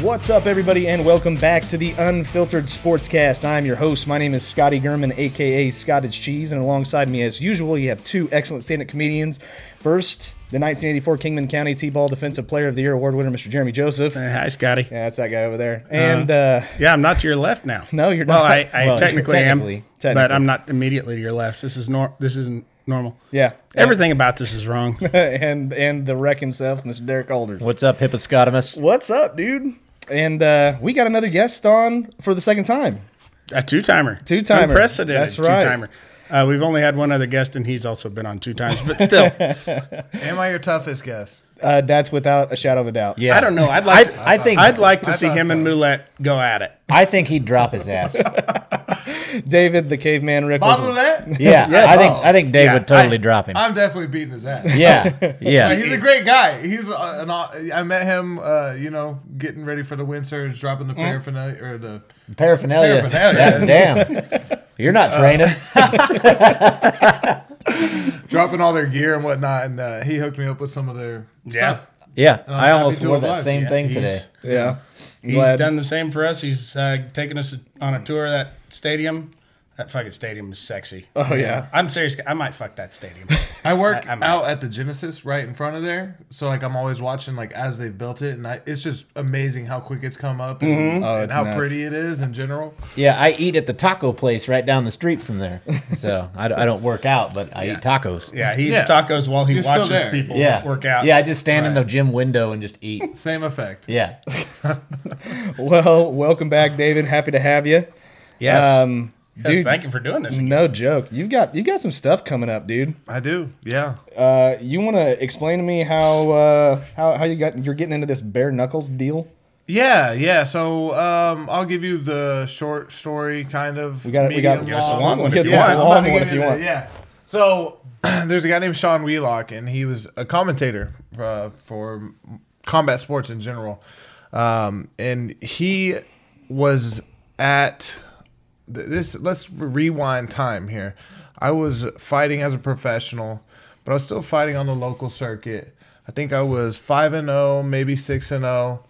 What's up, everybody, and welcome back to the Unfiltered Sportscast. I'm your host. My name is Scotty Gurman, aka Scottish Cheese, and alongside me, as usual, you have two excellent stand-up comedians. First, the 1984 Kingman County T-Ball Defensive Player of the Year award winner, Mr. Jeremy Joseph. Yeah, Uh, Hi, Scotty. Yeah. that's that guy over there. And uh, I'm not to your left now. No, you're well, not. I, I Well, technically, technically- am, but technically. I'm not immediately to your left. This is nor- This isn't normal. yeah, Everything about this is wrong. and and the wreck himself, Mr. Derek Alders. What's up, Hipposcotamus? What's up, dude? And uh, we got another guest on for the second time. A two timer. Two-timer. Unprecedented. That's right. Two timer. Uh, we've only had one other guest, and he's also been on two times. But still, Am I your toughest guest? Uh, that's without a shadow of a doubt. Yeah, I don't know. I'd like. I- I I, think- think I'd like to I see thought him and Mulet go at it. I think he'd drop his ass. Yeah, David, the caveman, Rick. was- Bob I think I think Dave Yeah, would totally I- drop him. I'm definitely beating his ass. yeah, yeah. Like, he's a great guy. He's uh, an. aw- I met him, uh, you know, getting ready for the wind surge, dropping the paraphernalia or the. paraphernalia. Paraphernalia. Damn, you're not Uh, training. dropping all their gear and whatnot, and uh, he hooked me up with some of their. Yeah. stuff. yeah, I'm I almost happy to wore that alive. same Yeah, thing he's- today. Yeah. He's Glad- done the same for us. He's uh, taken us on a tour of that stadium. That fucking stadium is sexy. Oh yeah. I'm serious. I might fuck that stadium. I work I- I'm out at the Genesis right in front of there, so like I'm always watching like as they built it, and I, it's just amazing how quick it's come up and, uh, Oh, and it's how nuts. pretty it is in general. Yeah, I eat at the taco place right down the street from there. So I, d- I don't work out, but I eat tacos. Yeah, he eats Yeah. tacos while he You're still watches there. people Yeah, work out. Yeah, I just stand in the gym window and just eat. Same effect. Yeah, Well, welcome back, David. Happy to have you. Yes. Um, yes dude, thank you for doing Mm, this. no joke. You've got you've got some stuff coming up, dude. I do. Yeah. Uh, you want to explain to me how uh, how how you got you're getting into this bare knuckles deal? Yeah, yeah. So um, I'll give you the short story, kind of. We got it- we got it. Give us a long one Get if you this want. long I'm about to one give if you the- want. Yeah. So there's a guy named Sean Wheelock, and he was a commentator uh, for combat sports in general. Um, and he was at th- this. Let's rewind time here. I was fighting as a professional, but I was still fighting on the local circuit. I think I was five and zero, maybe six and zero,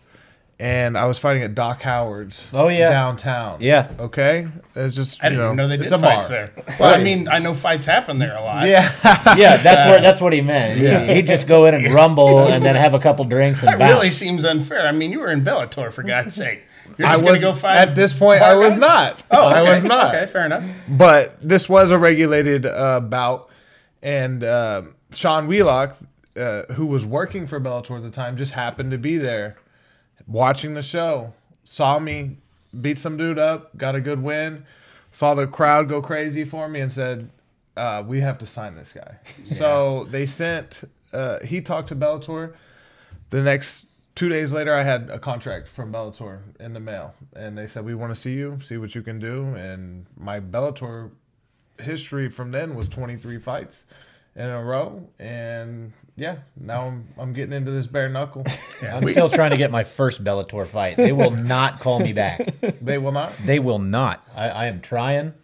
and I was fighting at Doc Howard's. Oh, yeah. downtown. Yeah. Okay, it's just I didn't you even know they did it's a fights bar. there. Well, I mean, I know fights happen there a lot. Yeah. yeah. That's where that's what he meant. He, would just go in and rumble, and then have a couple drinks and That bounce. really seems unfair. I mean, you were in Bellator for God's sake. You're I just was going to go fight at this point. bar I was guys? not. Oh, I okay. was not. Okay, fair enough. But this was a regulated uh, bout, and uh, Sean Wheelock, uh, who was working for Bellator at the time, just happened to be there, watching the show. Saw me beat some dude up, got a good win. Saw the crowd go crazy for me, and said, uh, "We have to sign this guy." So they sent. Uh, he talked to Bellator the next two days later, I had a contract from Bellator in the mail, and they said we want to see you, see what you can do. And my Bellator history from then was 23 fights in a row, and yeah, now I'm I'm getting into this bare knuckle. I'm still trying to get my first Bellator fight. They will not call me back. they will not. They will not. I, I am trying.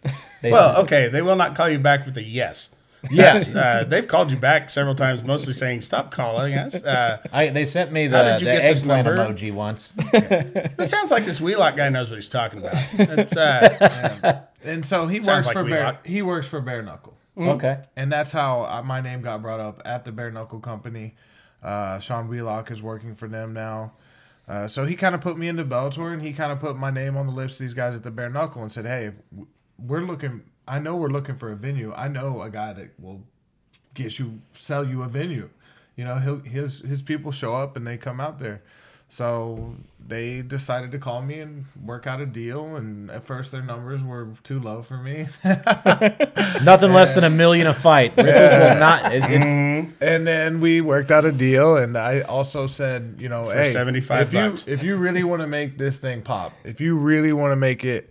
They, Well, okay, they will not call you back with a yes. Yes. Uh, they've called you back several times, mostly saying, stop calling us. Uh, I, they sent me How the, did you the get this eggplant number? emoji once. it sounds like this Wheelock guy knows what he's talking about. It's, uh, And so he Sounds works like for we bare, lock- he works for bare knuckle. okay. and that's how uh, my name got brought up at the Bare Knuckle Company. Uh, Sean Wheelock is working for them now. Uh, so he kind of put me into Bellator, and he kind of put my name on the lips of these guys at the Bare Knuckle, and said, "Hey, w- we're looking. I know we're looking for a venue. I know a guy that will get you sell you a venue. You know, he'll, his his people show up and they come out there. So they decided to call me and work out a deal. And at first, their numbers were too low for me. Nothing less than a million a fight. Ripples will not. It, it's Mm-hmm. and then we worked out a deal. And I also said, you know, hey, 75 if you bucks. if you really want to make this thing pop, if you really want to make it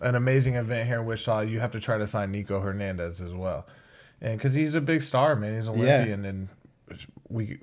an amazing event here in Wichita, you have to try to sign Nico Hernandez as well, and because he's a big star, man, he's Olympian, and we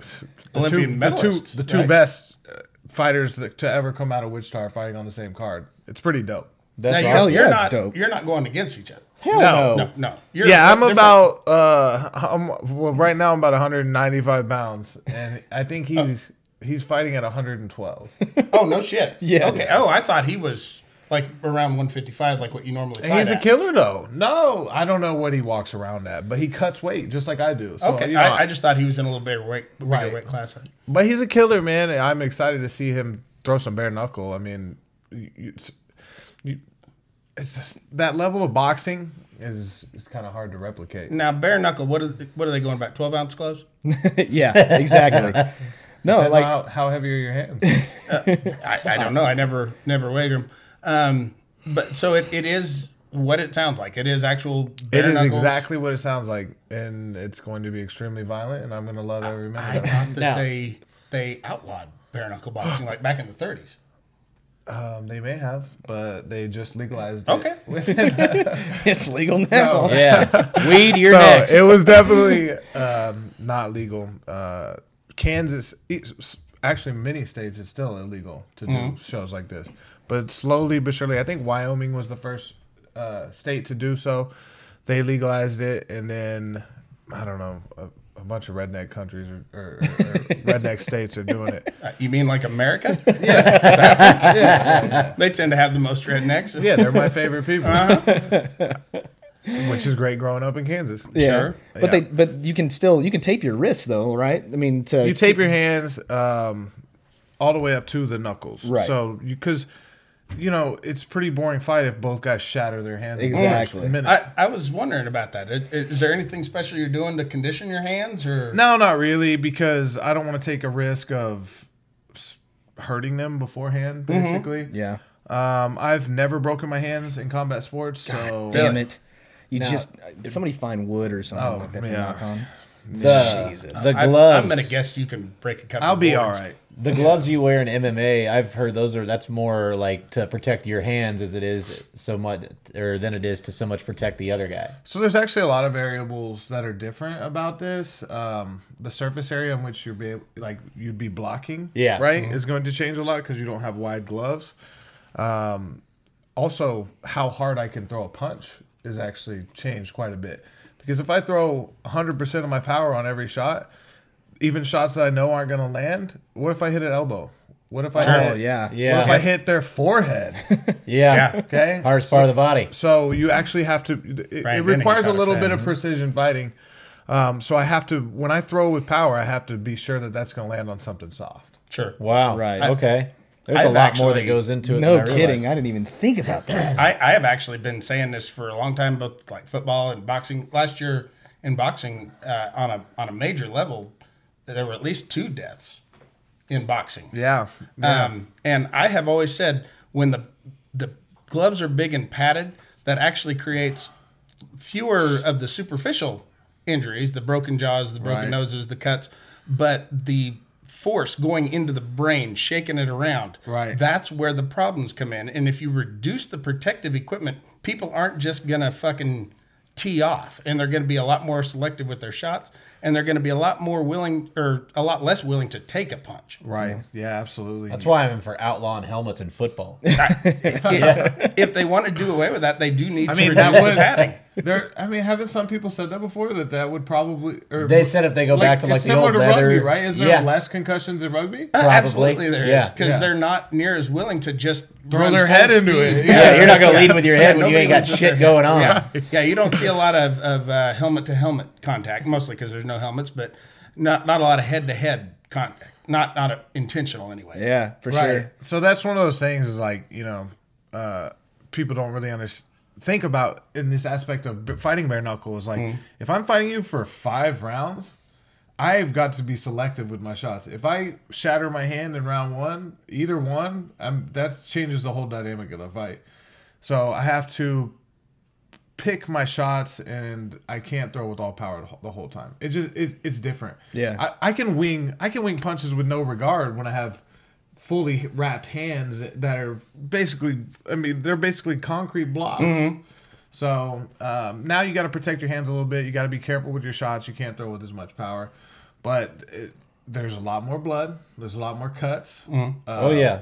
the Olympian two, medalist, the two, the two right? best uh, fighters that, to ever come out of Wichita are fighting on the same card. It's pretty dope. that's now, awesome. you're, you're Yeah, it's not dope. you're not going against each other. Hell No, Oh, No, no. You're yeah, I'm different. about uh, I'm well right now. I'm about 195 pounds, and I think he's he's fighting at 112. Oh no shit. Yes. Okay. Oh, I thought he was like around 155, like what you normally. And fight he's a at. killer though. No, I don't know what he walks around at, but he cuts weight just like I do. So, Okay. you know, I, I just thought he was in a little bigger weight, bigger Right. weight class. but he's a killer, man. And I'm excited to see him throw some bare knuckle. I mean, you, you, you- it's just that level of boxing is it's kind of hard to replicate. Now bare knuckle. What are what are they going about? 12 ounce gloves? no. yeah, exactly. No, Depends like on how, how heavy are your hands? I, I don't know. I never never weighed them. Um, but so it, it is what it sounds like. It is actual. It Bare is knuckles. exactly what it sounds like, and it's going to be extremely violent, and I'm going to love every minute. I of it. thought that Now- they they outlawed bare knuckle boxing like back in the 30s. Um, they may have, but they just legalized. it. Okay. it's legal now. yeah. Weed, you're So next. it was definitely um, not legal. Uh, Kansas, e- s- actually, many states, it's still illegal to do Mm-hmm. shows like this. But slowly but surely, I think Wyoming was the first uh, state to do so. They legalized it, and then I don't know. A, a bunch of redneck countries or, or, or redneck states are doing it. Uh, you mean like America? they tend to have the most rednecks. Yeah, they're my favorite people. Which is great growing up in Kansas. Yeah. Sure. But Yeah. they but you can still you can tape your wrists though, right? I mean to You tape your hands um, all the way up to the knuckles. Right. So you because you know it's pretty boring fight if both guys shatter their hands. in the first Exactly. minute. I, I was wondering about that. Is, is there anything special you're doing to condition your hands or no, not really, because I don't want to take a risk of s- hurting them beforehand. Basically. Mm-hmm. Yeah. Um, I've never broken my hands in combat sports, so Damn Really? it. You just somebody find wood or something like that to yeah. knock on. the, Jesus. the I, gloves. I'm gonna guess you can break a couple. I'll be all boards. right. The gloves you wear in MMA, I've heard those are that's more like to protect your hands as it is so much, or than it is to so much protect the other guy. So there's actually a lot of variables that are different about this. Um, the surface area in which you're be able, like you'd be blocking, Yeah. Mm-hmm. right, is going to change a lot because you don't have wide gloves. Um, also, how hard I can throw a punch is actually changed quite a bit because if I throw 100% of my power on every shot, even shots that I know aren't going to land, what if I hit an elbow? What if I Oh hit, yeah. Yeah. What if I hit their forehead? Yeah. Okay, Hardest part of the body. So you actually have to. It, it Brandon, he requires a caught us little there. bit of precision fighting. Um, so I have to when I throw with power, I have to be sure that that's going to land on something soft. Sure. Wow. Right. okay. There's a I've lot more that actually- goes into it. No than I kidding. realized. I didn't even think about that. I, I have actually been saying this for a long time, both like football and boxing. Last year in boxing, uh, on a on a major level, there were at least two deaths in boxing. Yeah. Um, and I have always said when the the gloves are big and padded, that actually creates fewer of the superficial injuries, the broken jaws, the broken Right. noses, the cuts, but the force going into the brain, shaking it around. Right. That's where the problems come in. And if you reduce the protective equipment, people aren't just gonna fucking tee off and they're gonna be a lot more selective with their shots and they're gonna be a lot more willing or a lot less willing to take a punch. Right. Yeah. Absolutely. That's why I'm in for outlawing helmets in football. if, if they want to do away with that, they do need I to mean, reduce the that padding. Uh, would. There. I mean, haven't some people said that before that that would probably? Or, They said if they go back to, like, it's the similar old to rugby, leather- right? Isn't Yeah. there less concussions in rugby? Probably. Absolutely, there yeah. because they're not near as willing to just Throw run their full head into speed. it. Yeah, you're not gonna lead with your head Yeah, when nobody you ain't got leads with their shit head. going on. Yeah. yeah, you don't see a lot of of uh, helmet to helmet contact, mostly because there's no helmets, but not not a lot of head to head contact. Not not a, intentional anyway. Yeah, for right. sure. So that's one of those things is like, you know, uh, people don't really understand. Think about in this aspect of b- fighting bare knuckle is Mm-hmm. like, if I'm fighting you for five rounds, I've got to be selective with my shots. If I shatter my hand in round one, either one, I'm, that changes the whole dynamic of the fight. So I have to pick my shots, and I can't throw with all power the whole- the whole time. It just it, it's different. Yeah. I, I can wing I can wing punches with no regard when I have fully wrapped hands that are basically I mean they're basically concrete blocks. So um, now you got to protect your hands a little bit. You got to be careful with your shots. You can't throw with as much power, but it, there's a lot more blood. There's a lot more cuts oh yeah.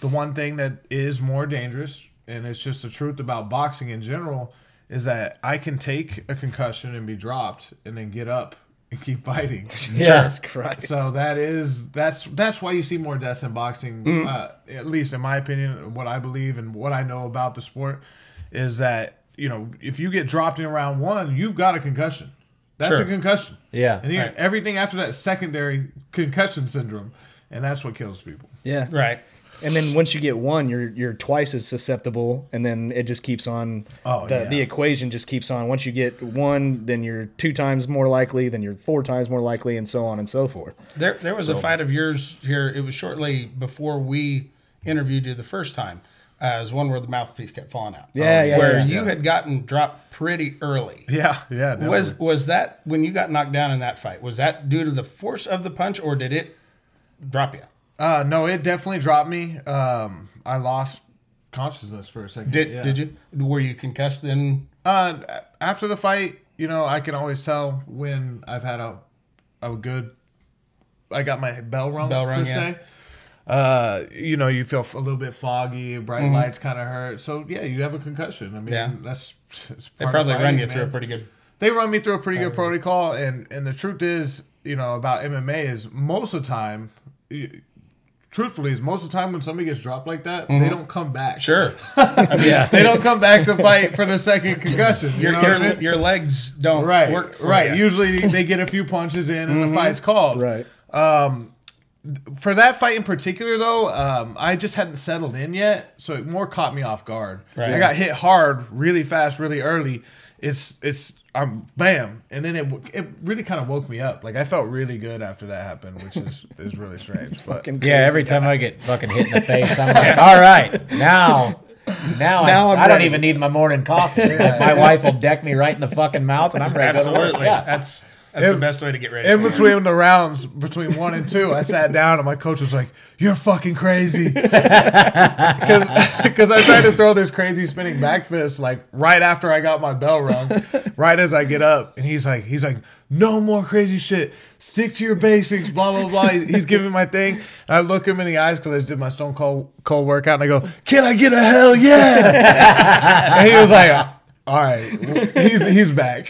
the one thing that is more dangerous, and it's just the truth about boxing in general, is that I can take a concussion and be dropped and then get up and keep fighting. Yeah. Jesus Christ. so that is that's that's why you see more deaths in boxing, Mm. uh, at least in my opinion, what I believe and what I know about the sport is that you know if you get dropped in round one, you've got a concussion. That's Sure. a concussion. Yeah. and you- Right. everything after that is secondary concussion syndrome, and that's what kills people. yeah. Right. And then once you get one, you're you're twice as susceptible, and then it just keeps on. Oh, the, yeah. the equation just keeps on. Once you get one, then you're two times more likely, then you're four times more likely, and so on and so forth. There, there was a fight of yours here. It was shortly before we interviewed you the first time. Uh, it was one where the mouthpiece kept falling out. Yeah, yeah, Where yeah. you had gotten dropped pretty early. Yeah, yeah. definitely. Was was that when you got knocked down in that fight? Was that due to the force of the punch, or did it drop you? Uh, no, it definitely dropped me. Um, I lost consciousness for a second. Did yeah. did you? Were you concussed then? Uh, after the fight, you know, I can always tell when I've had a a good. I got my bell rung. Bell rung, per yeah. Mm-hmm. se. Uh, you know, you feel a little bit foggy. Bright lights kind of hurt. So yeah, you have a concussion. I mean, Yeah. that's it's They part of probably run fighting, you through man a pretty good. they run me through a pretty good protocol and and the truth is you know about mma is most of the time y- truthfully is most of the time when somebody gets dropped like that they don't come back Mm-hmm. Sure, they don't come back to fight for the second concussion you your know what I your, mean? your legs don't right work for right ya. Mm-hmm. usually they get a few punches in and the fight's called Right. for that fight in particular though um, i just hadn't settled in yet so it more caught me off guard Right. i got hit hard really fast really early it's it's i'm bam and then it w- it really kind of woke me up like i felt really good after that happened which is is really strange but Yeah, every time I get fucking hit in the face, I'm like, all right, now, now, Now I'm, I'm I do not ready." even need my morning coffee. Like, my wife will deck me right in the fucking mouth, and I'm ready to go to Absolutely, work. Yeah. that's that's the best way to get ready. in for it. between the rounds between one and two i sat down and my coach was like you're fucking crazy because i tried to throw this crazy spinning back fist like right after i got my bell rung right as i get up and he's like he's like no more crazy shit stick to your basics blah blah blah He- he's giving me my thing and i look him in the eyes because i did my stone cold cold workout and i go can i get a hell yeah and he was like all right he's he's back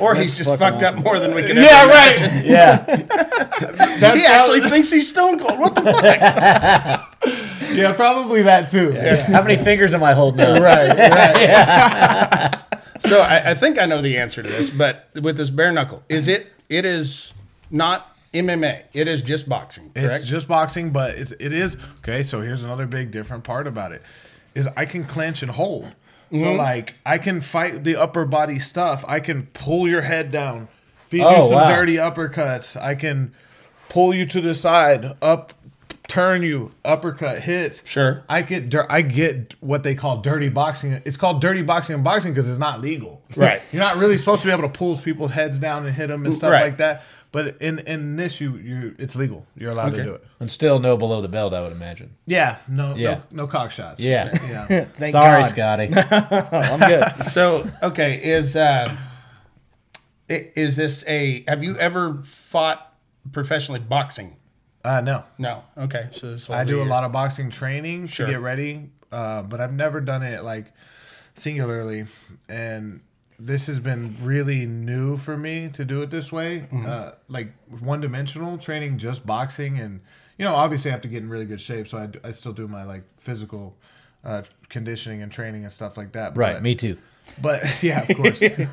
or he's just fucked up more than we can. yeah ever right Yeah, He actually thinks he's stone cold. What the fuck? Yeah, probably that too. How many fingers am I holding up? Right, right. So I, I think I know the answer to this, but with this bare knuckle, is it? It is not MMA. It is just boxing. It's Correct. just boxing, but it's, it is okay. So here's another big different part about it is I can clench and hold. So like I can fight the upper body stuff. I can pull your head down, feed you Oh, some wow. dirty uppercuts. I can pull you to the side, up, turn you, uppercut hit. Sure. I get dir- I get what they call dirty boxing. It's called dirty boxing and boxing because it's not legal. Right. You're not really supposed to be able to pull people's heads down and hit them and stuff Right. like that. But in in this, you you it's legal. You're allowed to Okay. do it. And still no below the belt, I would imagine. Yeah. No. Yeah. No, no cock shots. Yeah. Yeah. Thank Sorry, God. Scotty. I'm good. so okay, is uh, i- is this a? Have you ever fought professionally boxing? uh, no. No. Okay. So this I do a lot of boxing training Sure. to get ready, uh, but I've never done it like singularly, and this has been really new for me to do it this way, uh, like one dimensional training, just boxing, and you know, obviously I have to get in really good shape, so I, d- I still do my like physical. Uh, conditioning and training and stuff like that. Right, but, me too. But yeah, of course. but Hash-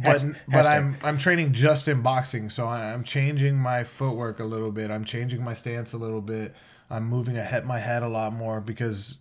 but hashtag. I'm I'm training just in boxing, so I, I'm changing my footwork a little bit. I'm changing my stance a little bit. I'm moving a head, my head a lot more because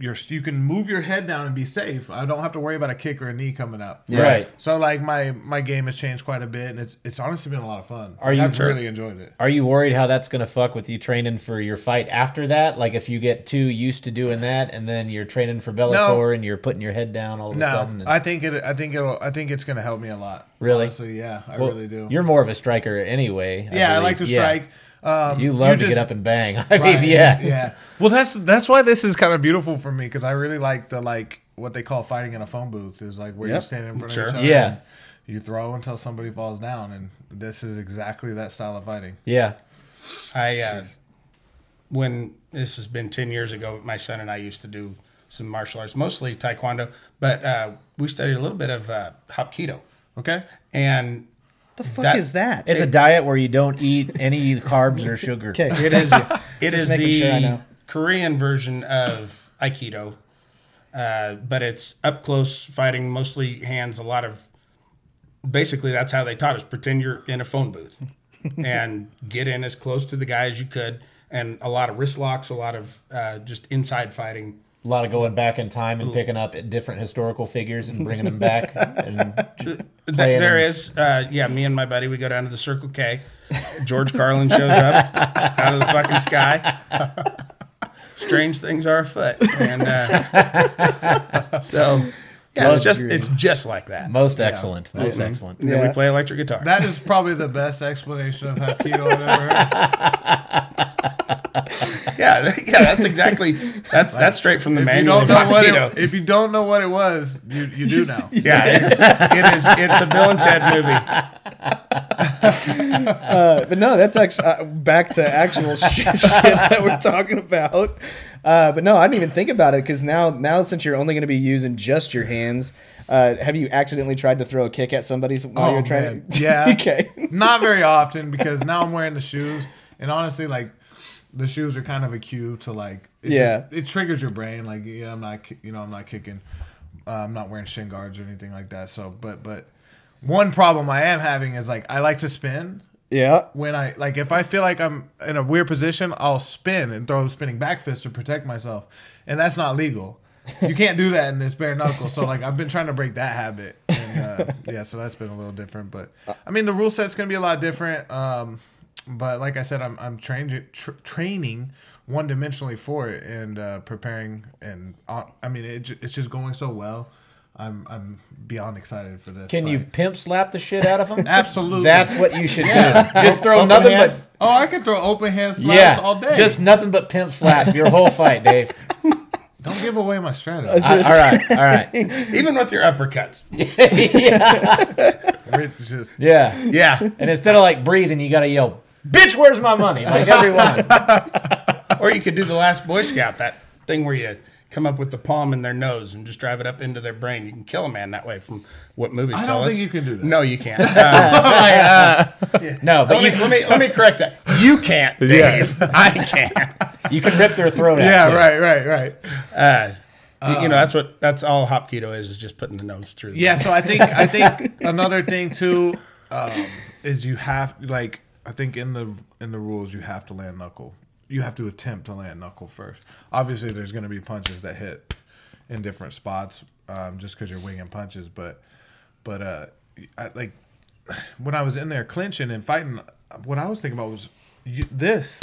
you're you can move your head down and be safe. I don't have to worry about a kick or a knee coming up. Right. So like my my game has changed quite a bit, and it's it's honestly been a lot of fun. Are you- I've really enjoyed it. Are you worried how that's going to fuck with you training for your fight after that? Like if you get too used to doing that and then you're training for Bellator and you're putting your head down all of a No, sudden. and- I think it. I think it'll. I think it's going to help me a lot. Really? Honestly, yeah, I Well, really do. You're more of a striker anyway. yeah, I believe. like to Yeah. strike. Um, You love to just- get up and bang. I mean, Right, yeah. yeah. Well, that's that's why this is kind of beautiful for me because I really like the like what they call fighting in a phone booth is like where you Yep. stand in front Sure. of each other. Yeah. and You throw until somebody falls down, and this is exactly that style of fighting. Yeah. I uh, when this has been ten years ago, my son and I used to do some martial arts, mostly taekwondo, but uh, we studied a little bit of uh, hapkido, Okay. and the fuck that- is that? It's a diet where you don't eat any carbs or sugar. okay, here it is. it is making the sure I know. Korean version of aikido, uh, but it's up close fighting, mostly hands, a lot of. Basically, that's how they taught us: pretend you're in a phone booth, and get in as close to the guy as you could, and a lot of wrist locks, a lot of uh, just inside fighting. A lot of going back in time and picking up different historical figures and bringing them back. And Th- playing there them. is, uh, yeah. Me and my buddy, we go down to the Circle K. George Carlin shows up out of the fucking sky. Strange things are afoot, and uh, so yeah, it's just it's just like that. most excellent. Most Mm-hmm. excellent. And then we play electric guitar. That is probably the best explanation of Hapkido I've ever heard. yeah, yeah, that's exactly that's that's straight from the If you manual. don't of know what Aikido. it, if you don't know what it was, you, you do now. yeah, it's, it is. It's a Bill and Ted movie. but no, that's actually uh, back to actual shit, shit that we're talking about. Uh, but no, I didn't even think about it because now, now since you're only going to be using just your hands, uh, have you accidentally tried to throw a kick at somebody while Oh, you're trying? man. Yeah. okay. Not very often because now I'm wearing the shoes, and honestly, like the shoes are kind of a cue to like it Yeah. just- it triggers your brain like yeah I'm not ki- you know I'm not kicking, uh, I'm not wearing shin guards or anything like that. So but but one problem I am having is like I like to spin Yeah. when I like if I feel like I'm in a weird position I'll spin and throw a spinning back fist to protect myself, and that's not legal. You can't do that in this bare knuckle. So like I've been trying to break that habit. And, uh, yeah, so that's been a little different. But I mean the rule set's gonna be a lot different. Um, but like I said, I'm I'm train- tr- training one dimensionally for it and uh, preparing and uh, I mean it, ju- it's just going so well. I'm I'm beyond excited for this. Can you fight. pimp slap the shit out of them? Absolutely. That's what you should do. Just throw Open nothing hand? but Oh, I could throw open hand slaps yeah, all day. just nothing but pimp slap your whole fight, Dave. don't give away my strategy. I- all right, all right. Even with your uppercuts, yeah, It's just- yeah. yeah. And instead of like breathing, you gotta yell, "Bitch, where's my money?" Like everyone. Or you could do the last Boy Scout, that thing where you come up with the palm in their nose and just drive it up into their brain. You can kill a man that way from what movies I tell don't us. think you can do that. No, you can't. Um, No, let, but you, me, let, me, let me correct that. You can't, Dave. I can't. you can rip their throat out. yeah, too. right, right, right. Uh, you- you know, that's what that's all hop keto is, is just putting the nose through. the- Yeah, so I think I think another thing too um, is you have like I think in the in the rules you have to land knuckle. You have to attempt to land knuckle first. Obviously, there's going to be punches that hit in different spots um, just because you're winging punches, but but uh, I, like when I was in there clinching and fighting, what I was thinking about was you, this.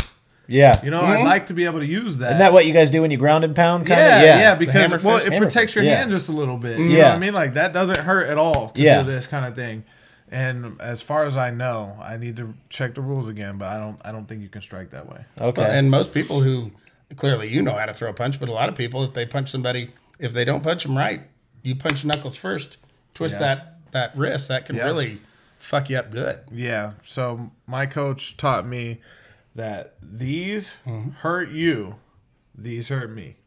Yeah. You know, I'd like to be able to use that. Isn't that what you guys do when you ground and pound? Kind yeah, of. yeah, Yeah. because hammer well, fist, it hammer protects your fist. hand Yeah. just a little bit. You know Yeah. what I mean? Like that doesn't hurt at all to Yeah. do this kind of thing. And as far as I know, I need to check the rules again, but I don't I don't think you can strike that way. Okay. Well, and most people who clearly you know how to throw a punch, but a lot of people, if they punch somebody, if they don't punch them right, you punch knuckles first, twist that that wrist, that can really fuck you up good. Yeah. So my coach taught me that these Mm-hmm. hurt you, these hurt me.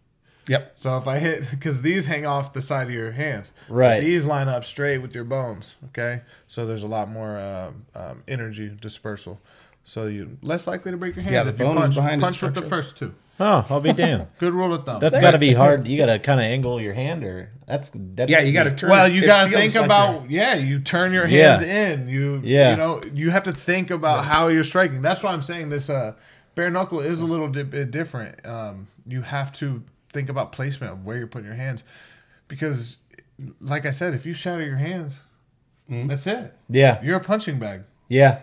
Yep. So if I hit, because these hang off the side of your hands, Right. These line up straight with your bones. Okay, so there's a lot more um, um, energy dispersal. So you're less likely to break your hands the if you bone is punch, behind the punch with the structure. first two. Oh, I'll be damned. Good rule of thumb. That's got to be hard. You got to kind of angle your hand, or that's that. Yeah, you got to turn. well, you it got to feels think like about yeah. You turn your Yeah. hands in. You Yeah. you know you have to think about how you're striking. That's why I'm saying this. Uh, bare knuckle is a little di- bit different. Um, you have to think about placement of where you're putting your hands, because, like I said, if you shatter your hands, Hmm? that's it. Yeah, You're a punching bag. yeah.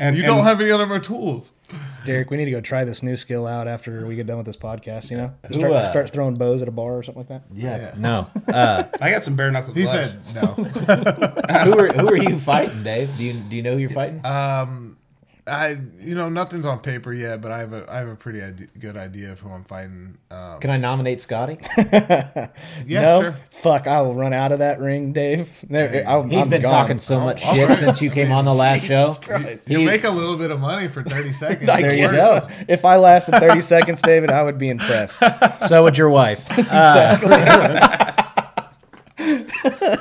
And- you don't and- have any other more tools. Derek, we need to go try this new skill out after we get done with this podcast. You know, start, Ooh, uh, start throwing bows at a bar or something like that. Yeah. No. Uh, I got some bare knuckle He gloves. said no. who are who are you fighting, Dave? Do you do you know who you're fighting? I you know nothing's on paper yet, but I have a I have a pretty ide- good idea of who I'm fighting. Um, Can I nominate Scotty? yeah, no, sure. fuck, I will run out of that ring, Dave. There, I'm, He's I'm been gone. talking so much shit since you came on the last show. You make a little bit of money for 30 seconds. There Of you course. go. If I lasted 30 seconds, David, I would be impressed. So would your wife. Uh,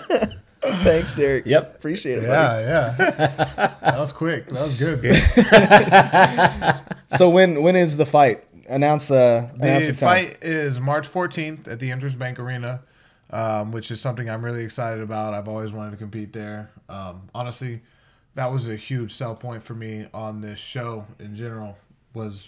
Thanks, Derek. Yep. Appreciate it. buddy. Yeah, yeah. That was quick. That was good. So when when is the fight? Announce the announce the The time. fight is March 14th at the Interest Bank Arena, um, which is something I'm really excited about. I've always wanted to compete there. Um, honestly, that was a huge sell point for me on this show in general. Was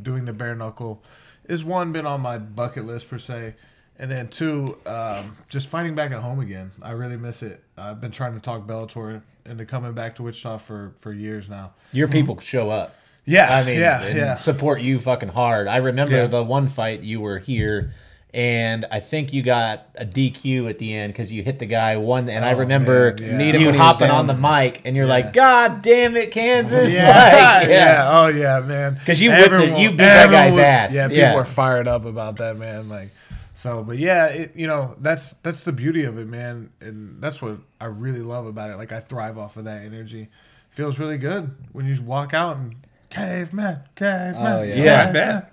doing the bare knuckle is one been on my bucket list per se, and then two, um, just fighting back at home again. I really miss it. I've been trying to talk Bellator into coming back to Wichita for for years now. Your Mm-hmm. people show up. Yeah, I mean, yeah, and yeah. support you fucking hard. I remember Yeah. the one fight you were here, and I think you got a DQ at the end because you hit the guy one. And I Oh, remember man, yeah. Need him you when he was hopping on down. the mic, and you're like, "God damn it, Kansas!" Like, yeah. Oh yeah, man. 'Cause you whipped it- Everyone- you beat that guy's everyone- ass. Yeah, people Yeah. are fired up about that, man. Like, so, but yeah, it, you know, that's that's the beauty of it, man, and that's what I really love about it. Like, I thrive off of that energy. Feels really good when you walk out and caveman, caveman. Oh, yeah. Yeah. caveman."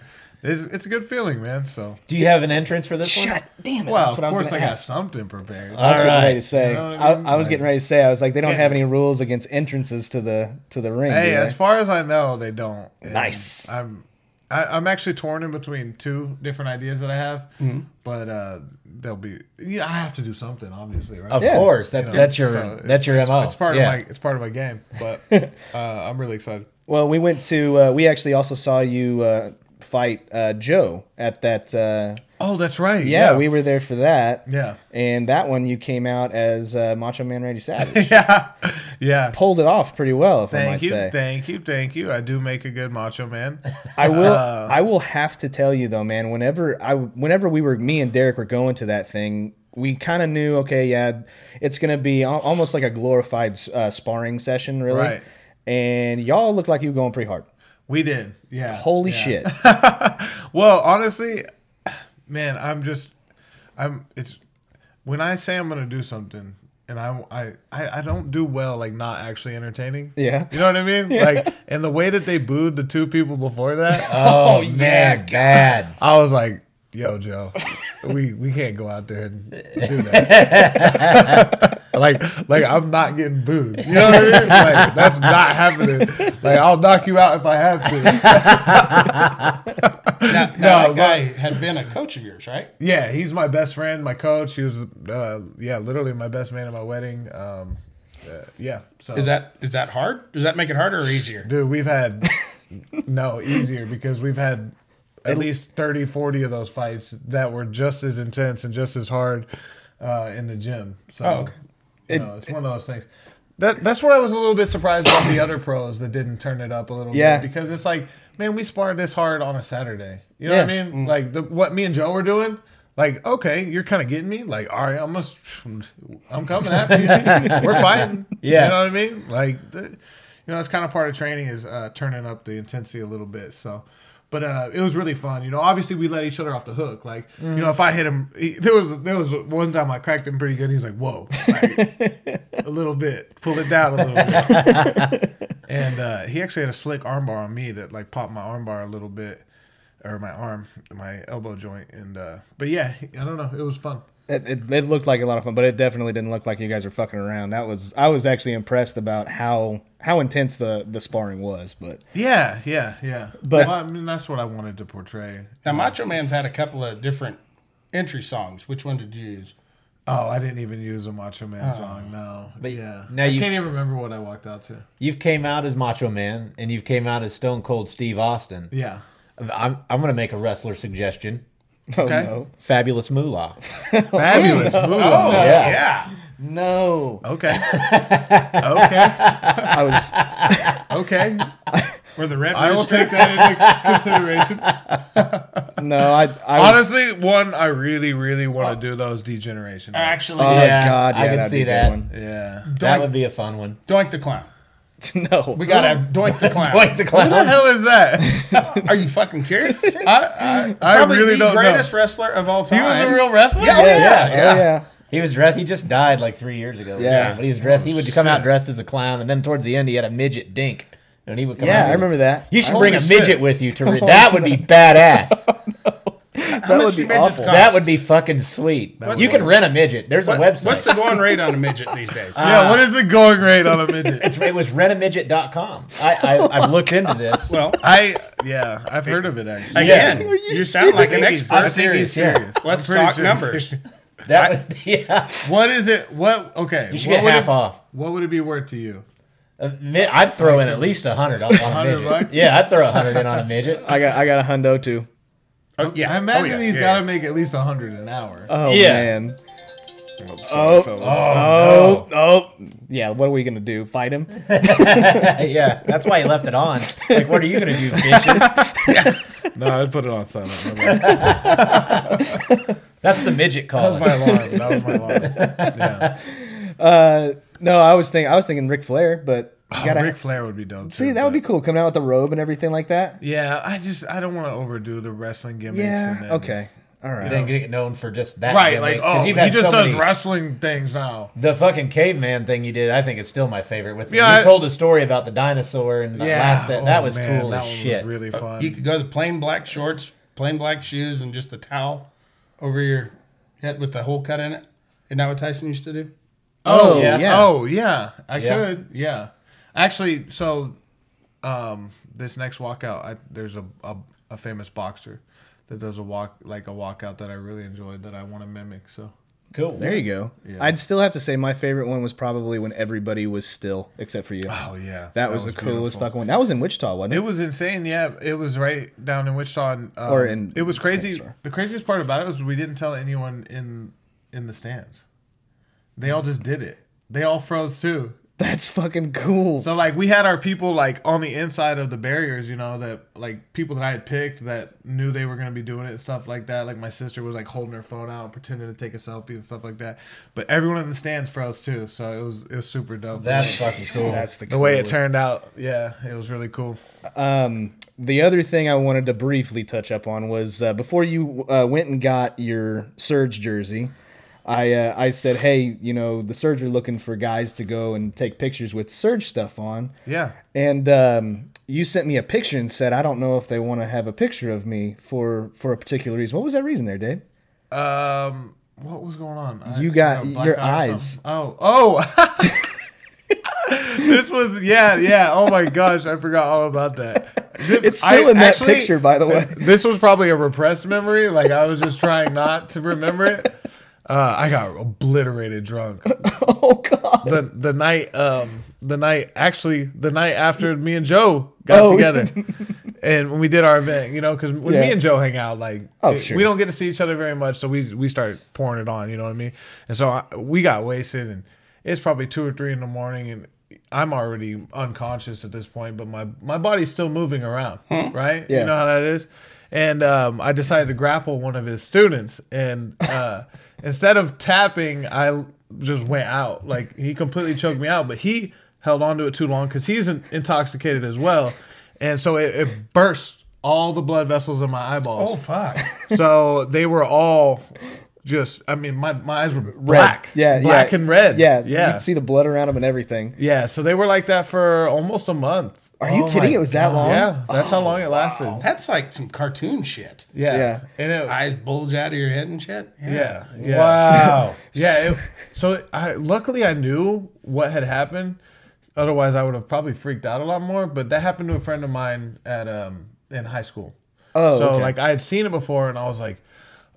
It's, it's a good feeling, man. So, Do you have an entrance for this one? God damn it! well, that's what of I was course, I gonna got ask. something I prepared. was All getting right. ready to say. You know what I, I mean? I was getting ready to say. I was like, they don't Yeah. have any rules against entrances to the to the ring. Hey, do as they? far as I know, they don't. And Nice. I'm I, I'm actually torn in between two different ideas that I have, Mm-hmm. but uh, they'll be. Yeah, I have to do something, obviously, right? Of Yeah. course, that's You know, that's your so it's- that's your it's, mo. It's part yeah. of my it's part of my game, but uh, I'm really excited. well, we went to. Uh, we actually also saw you uh, fight uh, Joe at that. Uh, Oh, that's right. yeah, we were there for that. Yeah. And that one, you came out as uh, Macho Man Randy Savage. yeah yeah. Pulled it off pretty well, if I might Thank you, say. thank you, thank you. I do make a good Macho Man. I will. I will have to tell you though, man. Whenever I, whenever we were, me and Derek were going to that thing, we kind of knew. Okay, yeah, it's gonna be al- almost like a glorified uh, sparring session, really. Right. And y'all looked like you were going pretty hard. we did. Yeah. Holy yeah. shit! Well, honestly, man, I'm just, I'm. It's when I say I'm gonna do something, and I, I, I, I don't do well like not actually entertaining. Yeah. you know what I mean. Like, and the way that they booed the two people before that, oh, man, bad. I was like, "Yo, Joe, we we can't go out there and do that." like, like I'm not getting booed. You know what I mean? Like, that's not happening. Like, I'll knock you out if I have to. Now, now that guy had been a coach of yours, right? Yeah, he's my best friend, my coach. He was, uh, yeah, literally my best man at my wedding. Um, uh, yeah. So Is that is that hard? Does that make it harder or easier? dude? We've had no easier because we've had at least 30, 40 of those fights that were just as intense and just as hard uh, in the gym. So Oh, okay. you know, it's one of those things. That, that's what I was a little bit surprised about the other pros that didn't turn it up a little Yeah. bit because it's like, man, we sparred this hard on a Saturday. You know what I Yeah. mean? Like the, what me and Joe were doing. Like, okay, you're kind of getting me. Like, all right, I'm just, I'm coming after you. we're fighting. Yeah. you know what I mean. Like, the, you know, it's kind of part of training is uh, turning up the intensity a little bit. So. But uh, it was really fun, you know. Obviously, we let each other off the hook. Like, you know, if I hit him, he, there was there was one time I cracked him pretty good. He was like, "Whoa, like, a little bit, pull it down a little bit. and uh, he actually had a slick armbar on me that like popped my armbar a little bit, or my arm, my elbow joint. And uh, but yeah, I don't know, it was fun. It, it, it looked like a lot of fun, but it definitely didn't look like you guys are fucking around. That was I was actually impressed about how how intense the the sparring was. But Yeah, yeah, yeah. But- Well, I mean, that's what I wanted to portray. Now, Macho Man's had a couple of different entry songs. Which one did you use? Oh, I didn't even use a Macho Man song. No, but yeah, now I you- can't even remember what I walked out to. You've came out as Macho Man and you've came out as Stone Cold Steve Austin. Yeah, I'm I'm gonna make a wrestler suggestion. oh Okay. no, Fabulous Moolah. fabulous. Move on. yeah. Yeah. No. Okay. okay. I was Okay. Or the Red I will Rooster. take that into consideration. no, I, I was, Honestly, one I really, really want to do those degeneration. acts. Actually, Oh Yeah, God, I yeah, can that'd see be a good that. one. Yeah. That would be a fun one. Doink the Clown. no, We got to have Doink the Clown. Like the What the clown. hell is that? Are you fucking curious? I, I, I Probably really the don't greatest know. wrestler of all time. He was a real wrestler. Yeah, oh, yeah, yeah. yeah, yeah. He was dressed. He just died like three years ago. Yeah. but he was dressed. He would come out dressed as a clown, and then towards the end, he had a midget dink, and he would come. Yeah, out I remember that. You should Holy bring a shit. midget with you to. Re- that would be badass. that much would be do midgets awful. cost? that would be fucking sweet. you can rent a midget. There's What- a website. What's the going rate on a midget these days? Yeah, what is the going rate on a midget? It's, it was rentamidget.com. I, I I've looked into this. well, I yeah, I've heard of it actually. again, Are you, you sound like an serious? I expert. think he's serious, yeah. serious. I'm Let's pretty talk sure he's numbers. serious. That would yeah. What is it? What okay? You should what get would half it- off. What would it be worth to you? A mi- I'd throw in at least a hundred on, on a 100 midget. bucks? Yeah, I'd throw a hundred in on a midget. I got I got a hundo too. Oh, yeah. I imagine oh, yeah, he's yeah, got to yeah. make at least a hundred an hour. Oh Yeah. man. Oh, oh, oh, yeah. What are we gonna do? Fight him? yeah, that's why he left it on. Like, what are you gonna do, bitches? no, I'd put it on silent. My bad. That's the midget That call. was my alarm. That was my alarm. Yeah, Uh, no, I was thinking, I was thinking Ric Flair, but you gotta oh, Ric Flair would be dope. see too, that would but- be cool coming out with the robe and everything like that. Yeah, I just I don't want to overdo the wrestling gimmicks. and Yeah. then- Okay. All right. Then get known for just that. Right, gimmick, like 'cause oh, he you've had just so does many- wrestling things now. The fucking caveman thing you did, I think, is still my favorite. With Yeah, you I- told a story about the dinosaur and the last that, that Oh, was man, cool that as one shit. Oh, Was really fun. You could go the plain black shorts, plain black shoes, and just a towel over your head with the hole cut in it. Isn't that what Tyson used to do? oh yeah. Oh yeah, I Yeah. could. Yeah, actually, so um, this next walkout, I, there's a, a a famous boxer that does a walk like a walkout that I really enjoyed that I want to mimic. So cool. There you go. I'd still have to say my favorite one was probably when everybody was still except for you. oh yeah, that, was, the coolest beautiful. fucking one. That was in Wichita, wasn't it? It was insane. Yeah, it was right down in Wichita. And, um, Or in- it was crazy. sorry. The craziest part about it was we didn't tell anyone in in the stands. They all just did it. They all froze too. That's fucking cool. So like we had our people like on the inside of the barriers, you know, that like people that I had picked that knew they were gonna be doing it and stuff like that. Like my sister was like holding her phone out, pretending to take a selfie and stuff like that. But everyone in the stands froze too, so it was it was super dope. That's fucking cool. That's the, the way it coolest. turned out. Yeah, it was really cool. Um, the other thing I wanted to briefly touch up on was uh, before you uh, went and got your Surge jersey, I uh, I said, hey, you know, the Surge are looking for guys to go and take pictures with Surge stuff on. Yeah. And um, you sent me a picture and said, I don't know if they want to have a picture of me for for a particular reason. What was that reason there, Dave? Um, what was going on? I- You got- a black your eye or eyes. something. Oh, oh. this was yeah, yeah. Oh my gosh, I forgot all about that. This- It's I still in that actually- picture, by the way. This was probably a repressed memory. Like I was just trying not to remember it. Uh, I got obliterated drunk oh God. the the night um the night actually the night after me and Joe got Oh. together and when we did our event you know because when Yeah. me and Joe hang out like Oh, it- sure. we don't get to see each other very much so we we start pouring it on you know what I mean and so I, we got wasted and it's probably two or three in the morning and I'm already unconscious at this point but my my body's still moving around right Yeah. you know how that is and um, I decided to grapple one of his students and uh, instead of tapping I just went out. Like he completely choked me out, but he held on to it too long because he's in- intoxicated as well, and so it, it burst all the blood vessels in my Oh, eyeballs. fuck. So they were all just. I mean, my, my eyes were black, Yeah, black yeah. and red. Yeah, you yeah, could see the blood around him and everything. yeah. So they were like that for almost a month. Are you Oh kidding? my It was that long? Yeah, that's how long it lasted. That's like some cartoon shit. Yeah. Yeah. and it, Eyes bulge out of your head and shit. yeah, yeah, Wow. yeah. It, so I luckily I knew what had happened. Otherwise, I would have probably freaked out a lot more. But that happened to a friend of mine at um in high school. Oh, so okay. like I had seen it before, and I was like,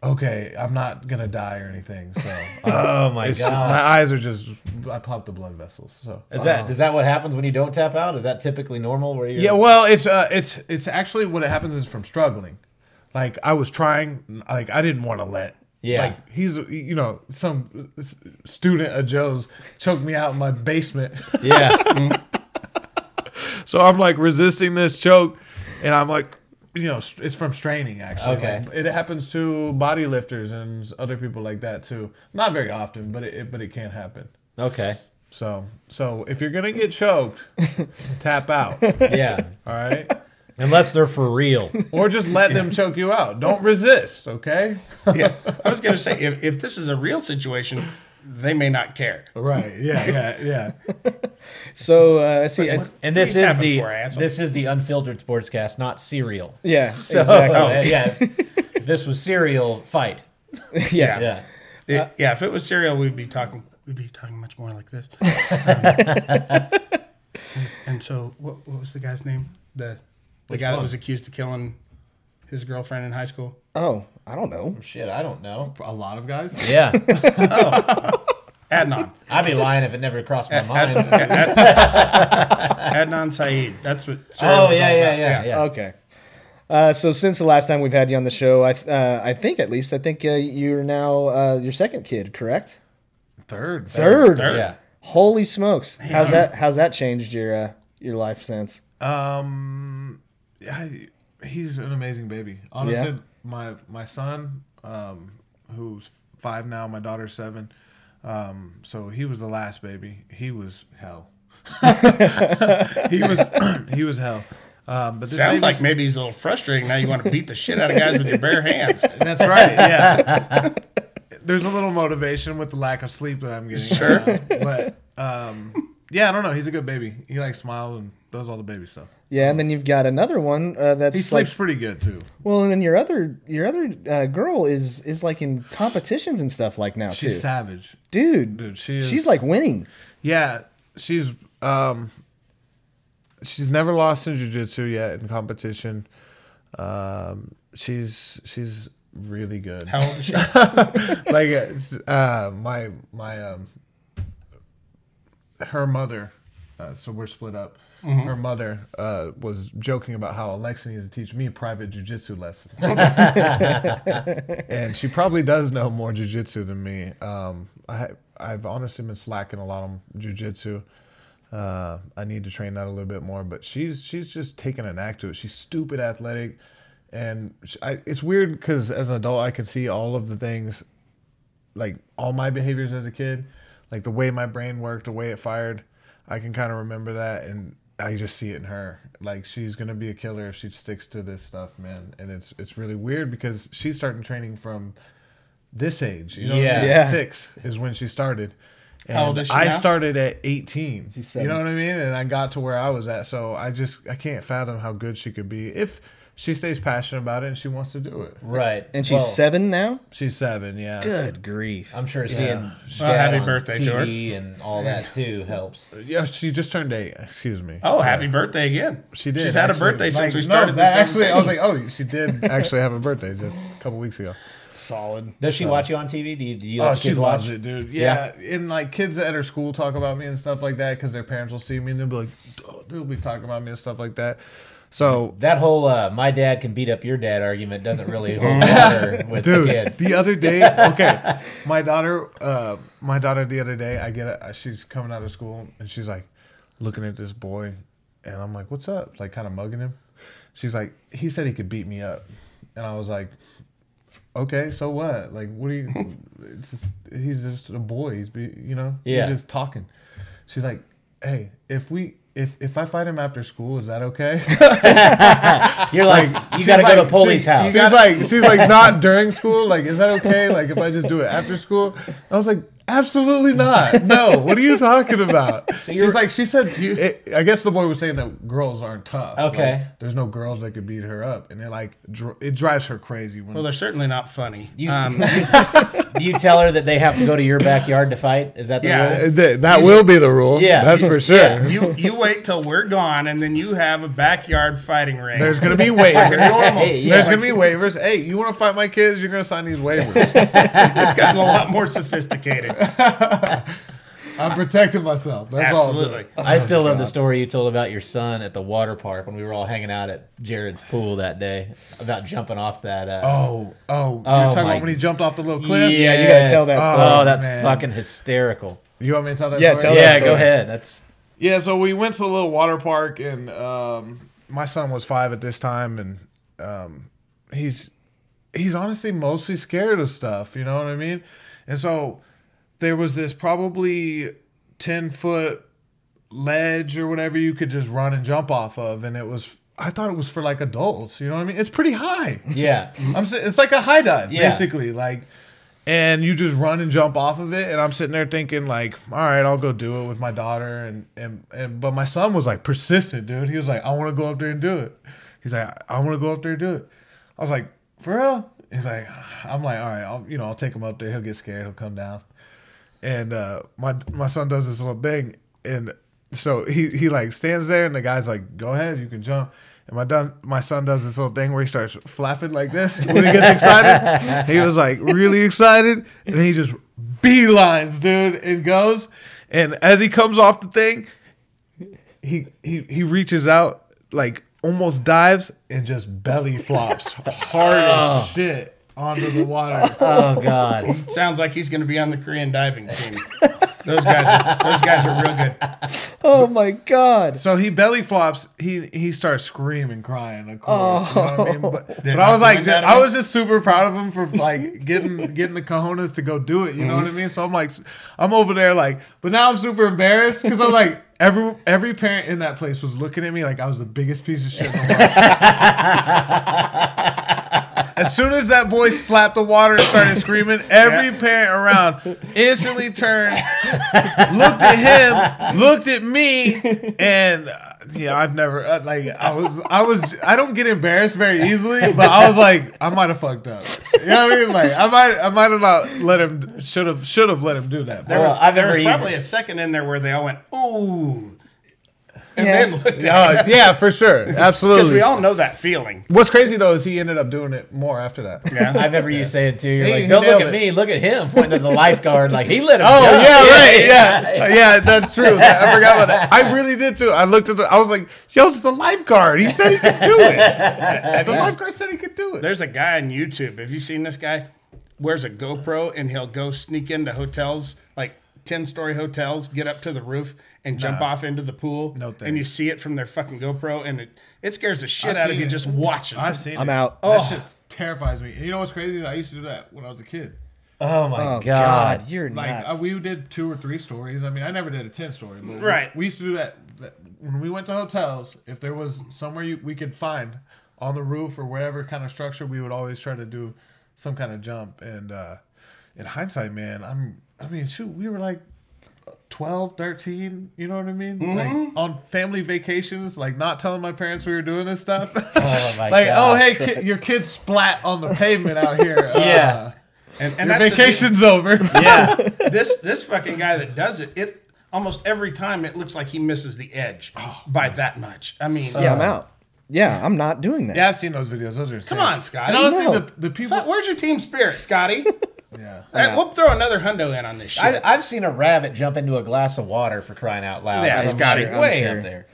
okay, I'm not gonna die or anything. So oh my it's- god. my eyes are just I popped the blood vessels. So Is that is that what happens when you don't tap out? Is that typically normal? Where you Yeah, well, it's uh, it's it's actually what happens is from struggling. Like I was trying, like I didn't want to let. Yeah. Like he's, you know, some student of Joe's choked me out in my basement, yeah, Mm, so I'm like resisting this choke, and I'm like, you know, st- it's from straining actually. Okay. Like, it happens to body lifters and other people like that too. Not very often, but it, it but it can happen. okay, So so if you're gonna get choked, tap out. yeah. All right. Unless they're for real. Or just let them choke you out. Don't resist, okay? yeah. I was gonna say if, if this is a real situation, they may not care. Right. Yeah. Yeah. Yeah. So uh, let's see, it's- And this What are you is tapping the for, asshole? this is the unfiltered sportscast, not serial. yeah, So exactly. uh, yeah, if this was serial, fight. yeah. Yeah, It- yeah, if it was serial, we'd be talking. We'd be talking much more like this. Um, and, and so, what, what was the guy's name? The the guy that was accused of killing his girlfriend in high school. Oh, I don't know. shit, I don't know. A lot of guys. Yeah, Adnan. I'd be lying if it never crossed my Ad, mind. Ad- Adnan Saeed. That's what. serial Oh was yeah, all yeah, about. yeah, yeah. Okay. Uh, so since the last time we've had you on the show, I th- uh, I think at least I think uh, you're now uh, your second kid, correct? Third. Third. Third. yeah. Holy smokes! How's that? How's that changed your uh, your life since? Um. I, he's an amazing baby. Honestly, Yeah. my my son, um, who's five now, my daughter's seven. Um. So he was the last baby. He was hell. he was he was hell. Um, but this Sounds baby's- like maybe he's a little frustrating. Now you want to beat the shit out of guys with your bare hands. That's right. Yeah. There's a little motivation with the lack of sleep that I'm getting. Sure. right now, but um, yeah, I don't know. He's a good baby. He like smiles and does all the baby stuff. Yeah, and then you've got another one uh, that's He sleeps like pretty good too. well, and then your other your other uh, girl is is like in competitions and stuff like now She's too, savage. dude. Dude, she is- she's like winning. Yeah, she's um, she's never lost in jujitsu yet in competition. Um, she's she's really good. How old is she? like uh, uh, my my um her mother uh, so we're split up Mm-hmm. her mother uh, was joking about how alexa needs to teach me private jujitsu lessons and she probably does know more jujitsu than me um, I, i've honestly been slacking a lot on jujitsu uh, I need to train that a little bit more, but she's she's just taking an act to it. She's stupid athletic, and sh I, it's weird because as an adult, I can see all of the things like all my behaviors as a kid, like the way my brain worked, the way it fired, I can kind of remember that, and I just see it in her. Like she's gonna be a killer if she sticks to this stuff, man. And it's it's really weird because she's starting training from this age, you know, what I Yeah. mean? Yeah. six is when she started. And How old is she I now? started at eighteen. You seven. know what I mean? And I got to where I was at, so I just I can't fathom how good she could be if she stays passionate about it and she wants to do it. Right. And she's Well, seven now. She's seven, yeah. Good grief! I'm sure seeing Well, that happy on birthday to her. TV and all that too helps. Yeah, she just turned eight. Excuse me. Oh, happy birthday again. She did. She's had a actually. birthday Like, since we no, started this that Actually, I was conversation. like, oh, she did actually have a birthday just a couple weeks ago. Solid. Does she watch you on TV? Do you, do you Oh, let the kids watch? Oh, it, dude. Yeah. and like kids at her school talk about me and stuff like that because their parents will see me and they'll be like, oh, they'll be talking about me and stuff like that. So, That whole uh, "my dad can beat up your dad" argument doesn't really hold water with dude, the the, kids. other day, okay, my daughter, uh, my daughter, the other day, I get, a, she's coming out of school and she's like, looking at this boy, and I'm like, what's up? Like, kind of mugging him. She's like, he said he could beat me up, and I was like, okay, so what? Like, what do you? It's just, he's just a boy. He's be, you know, Yeah. he's just talking. She's like, hey, if we. If, if I fight him after school, is that okay? You're like, you She's gotta go like- to police she's- house. She's like, she's like, not during school. Like, is that okay? Like, if I just do it after school? I was like, Absolutely not. No. What are you talking about? She's like, she said, it, I guess the boy was saying that girls aren't tough. Okay. Like, there's no girls that could beat her up. And it like, dr- it drives her crazy. When, Well, they're certainly not funny. You- um, Do you tell her that they have to go to your backyard to fight? Is that the Yeah. rule? Uh, th- that will be the rule. Yeah. That's for sure. Yeah. you you wait till we're gone, and then you have a backyard fighting ring. There's going to be Like waivers. normal. Hey, yeah. There's going to be waivers. Hey, you want to fight my kids? You're going to sign these waivers. It's gotten a lot more sophisticated. I'm protecting myself. That's Absolutely. all. I still love the story you told about your son at the water park when we were all hanging out at Jared's pool that day about jumping off that. Uh, Oh, oh, you're Oh, talking my- about when he jumped off the little cliff? Yeah, you gotta tell that Yes. story. Oh, that's Oh, man. fucking hysterical. You want me to tell that Yeah, story? tell that yeah, story. go ahead. That's Yeah, so we went to the little water park, and um, my son was five at this time, and um, he's he's honestly mostly scared of stuff. You know what I mean? And so there was this probably ten foot ledge or whatever you could just run and jump off of, and it was I thought it was for like adults. You know what I mean? It's pretty high. yeah. I'm si- it's like a high dive Yeah. basically like and you just run and jump off of it and I'm sitting there thinking like all right I'll go do it with my daughter and and, and but my son was like persistent dude he was like I want to go up there and do it he's like I, want to go up there and do it I was like for real he's like I'm like all right I'll you know I'll take him up there he'll get scared he'll come down and uh, my my son does this little thing, and so he he like stands there, and the guy's like, "Go ahead, you can jump." And my done my son does this little thing where he starts flapping like this when he gets excited. he was like really excited, and he just beelines, dude, and goes. And as he comes off the thing, he he he reaches out like almost dives and just belly flops hard as shit onto the water. Oh God. Sounds like he's going to be on the Korean diving team. Those guys, are, those guys are real good. Oh my god. So he belly flops. He he starts screaming, crying. Of course, you know what I mean. But, but I not was like, doing that I enough? was just super proud of him for like getting getting the cojones to go do it. You know what I Mm-hmm. mean? So I'm like, I'm over there like, but now I'm super embarrassed because I'm like, every every parent in that place was looking at me like I was the biggest piece of shit. in the world. As soon as that boy slapped the water and started screaming, every parent around instantly turned looked at him, looked at me, and uh, yeah, I've never uh, like I was I was I don't get embarrassed very easily, but I was like I might have fucked up. You know what I mean? Like I might I might have not let him should have should have let him do that. There But, Well, was, I've there never was even- probably a second in there where they all went, ooh, and Yeah. then looked at uh, yeah, for sure, Because we absolutely. all know that feeling. What's crazy though is he ended up doing it more after that. Yeah. I've ever you say it too. You're He- like, he don't look nailed at it. me, look at him pointing at the lifeguard like he let him Oh go. yeah, right. Yeah. yeah, that's true. I forgot about that. I really did too. I looked at the. I was like, "Yo, it's the lifeguard. He said he could do it. The lifeguard said he could do it." There's a guy on YouTube. Have you seen this guy? Wears a GoPro and he'll go sneak into hotels, like 10 story hotels, get up to the roof and jump off into the pool. No And you thanks. see it from their fucking GoPro and it, it scares the shit I've out of seen you it. just watching. I've seen. I'm it. out. Oh. That shit terrifies me. And you know what's crazy? Is I used to do that when I was a kid. Oh my Oh God. god, you're Like I, nuts. we did two or three stories. I mean, I never did a ten story, but we- Right. We, used to do that, that when we went to hotels. If there was somewhere you, we could find on the roof or wherever kind of structure, we would always try to do some kind of jump. And uh, in hindsight, man, I'm I mean, shoot, we were like 12, 13, you know what I mean? Like Mm-hmm. on family vacations, like not telling my parents we were doing this stuff. Oh my like, God. oh hey, kid, your kid splat on the pavement out here. Yeah. and Uh, and that's your the thing. vacation's over. Yeah. this this fucking guy that does it, it almost every time it looks like he misses the edge Oh, by that much. I mean, yeah, I'm out. Yeah, I'm not doing that. Yeah, I've seen those videos. Those are Come on, Scott. And honestly, No. the, the people. Fuck, where's your team spirit, Scotty? Yeah. Hey, we'll throw another hundo in on this shit. I, I've seen a rabbit jump into a glass of water for crying out loud. Yeah, That's Scotty, way I'm sure. up there.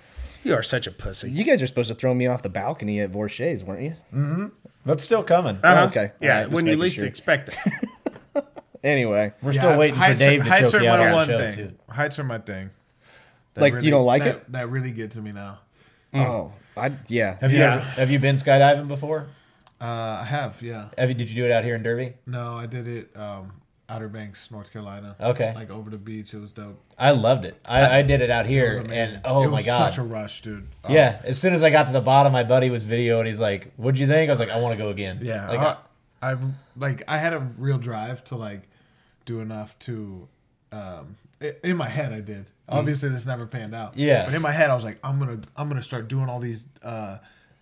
you are such a pussy. You guys are supposed to throw me off the balcony at Vorshay's, weren't you? That's still coming. Oh, okay. Uh-huh. Yeah, All right, just when you making least sure. expect it. Anyway, We're still waiting for heights Dave are- to heights choke are you out my on our one show thing. too. Heights are my thing. That Like, you don't like that- it? That really get to me now. oh, I yeah. Have you Yeah. ever- have you been skydiving before? Uh, I have, yeah. Have you, did you do it out here in Derby? No, I did it. Um, Outer Banks, North Carolina. Okay. Like over the beach, it was dope. I loved it. I, I did it out It was here, amazing. and oh it my was god, such a rush, dude. Oh, yeah. As soon as I got to the bottom, my buddy was videoing. He's like, "What'd you think?" I was like, "I want to go again." uh, yeah. Like, I, I like I had a real drive to like do enough to Um, i- in my head, I did. Obviously, this never panned out. Mm-hmm. Yeah. But in my head, I was like, I'm gonna, I'm gonna start doing all these uh,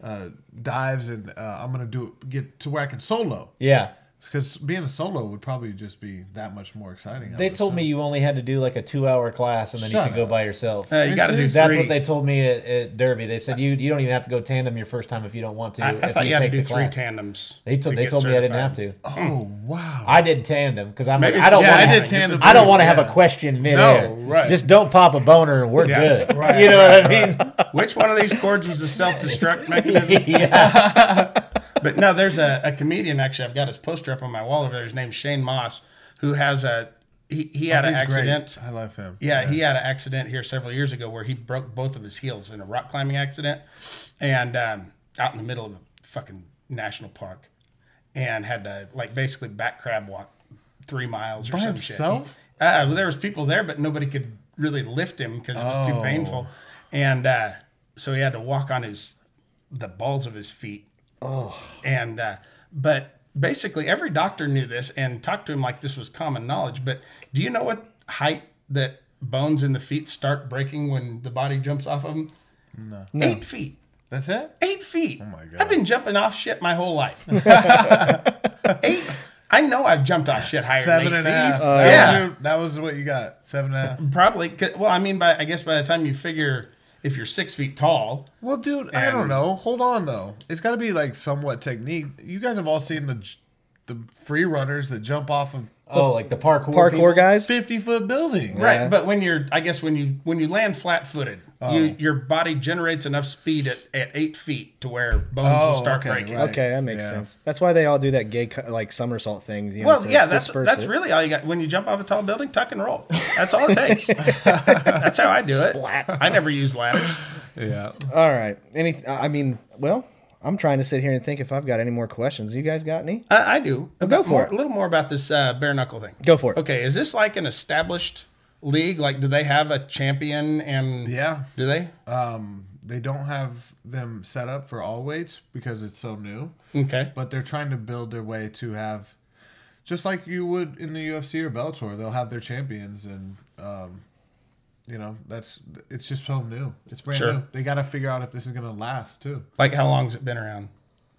uh, dives, and uh, I'm gonna do get to where I can solo. Yeah. Because being a solo would probably just be that much more exciting. I They would told me assume. you only had to do like a two-hour class, and then Shut you could go up. by yourself. Uh, you got to do three. That's what they told me at, at Derby. They said you you don't even have to go tandem your first time if you don't want to. I, I if thought you had to take do the three class. tandems. They told to they get told me I didn't certified. have to. Oh wow. I did tandem because I'm like, Maybe I it's don't the want same to thing. have, It's a I don't want to have yeah. a question midair. No, right. Just don't pop a boner and we're Yeah, good. right, you know what I mean? Which one of these chords was the self destruct mechanism? But no, there's a, a comedian actually. I've got his poster up on my wall over there. His name's Shane Moss, who has a he, he had an Oh, He's great. Uh-huh. accident. I love him. Yeah, he had an accident here several years ago where he broke both of his heels in a rock climbing accident, and um, out in the middle of a fucking national park, and had to like basically back crab walk three miles or By some himself? shit. Uh, well, there was people there, but nobody could really lift him because it was Oh. too painful, and uh, so he had to walk on his the balls of his feet. Oh, and uh, but basically every doctor knew this and talked to him like this was common knowledge. But do you know what height that bones in the feet start breaking when the body jumps off of them? No, eight feet. That's it. Eight feet. Oh my God. I've been jumping off shit my whole life. eight. I know I've jumped off shit higher Seven than eight and a half. Uh, feet. That was Oh, yeah, your- that was what you got. Seven and a half. probably. 'cause- Well, I mean, by I guess by the time you figure if you're six feet tall, Well, dude, I don't And- know. Hold on though. It's got to be like somewhat technique. You guys have all seen the j- the free runners that jump off of Oh, like the parkour. people? Parkour guys. fifty foot building. Right, but when you're, I guess when you when you land flat-footed, Oh. you your body generates enough speed at, at eight feet to where bones will Oh, start okay, breaking. right. Okay, that makes Yeah. sense. That's why they all do that gay cu- like somersault thing. You know, Well, to yeah, that's disperse that's it. really all you got. When you jump off a tall building, tuck and roll. That's all it takes. that's how I do it. I never use ladders. Yeah. all right. Any, I mean, well, I'm trying to sit here and think if I've got any more questions. You guys got any? I, I do. go About for more- it. A little more about this uh, bare knuckle thing. Go for it. Okay, is this like an established league? Like, do they have a champion? And Yeah. do they? Um, they don't have them set up for all weights because it's so new, Okay. but they're trying to build their way to have, just like you would in the UFC or Bellator, they'll have their champions and. Um, you know, that's it's just so new. It's brand Sure. new. They got to figure out if this is going to last too. Like, how long has it been around?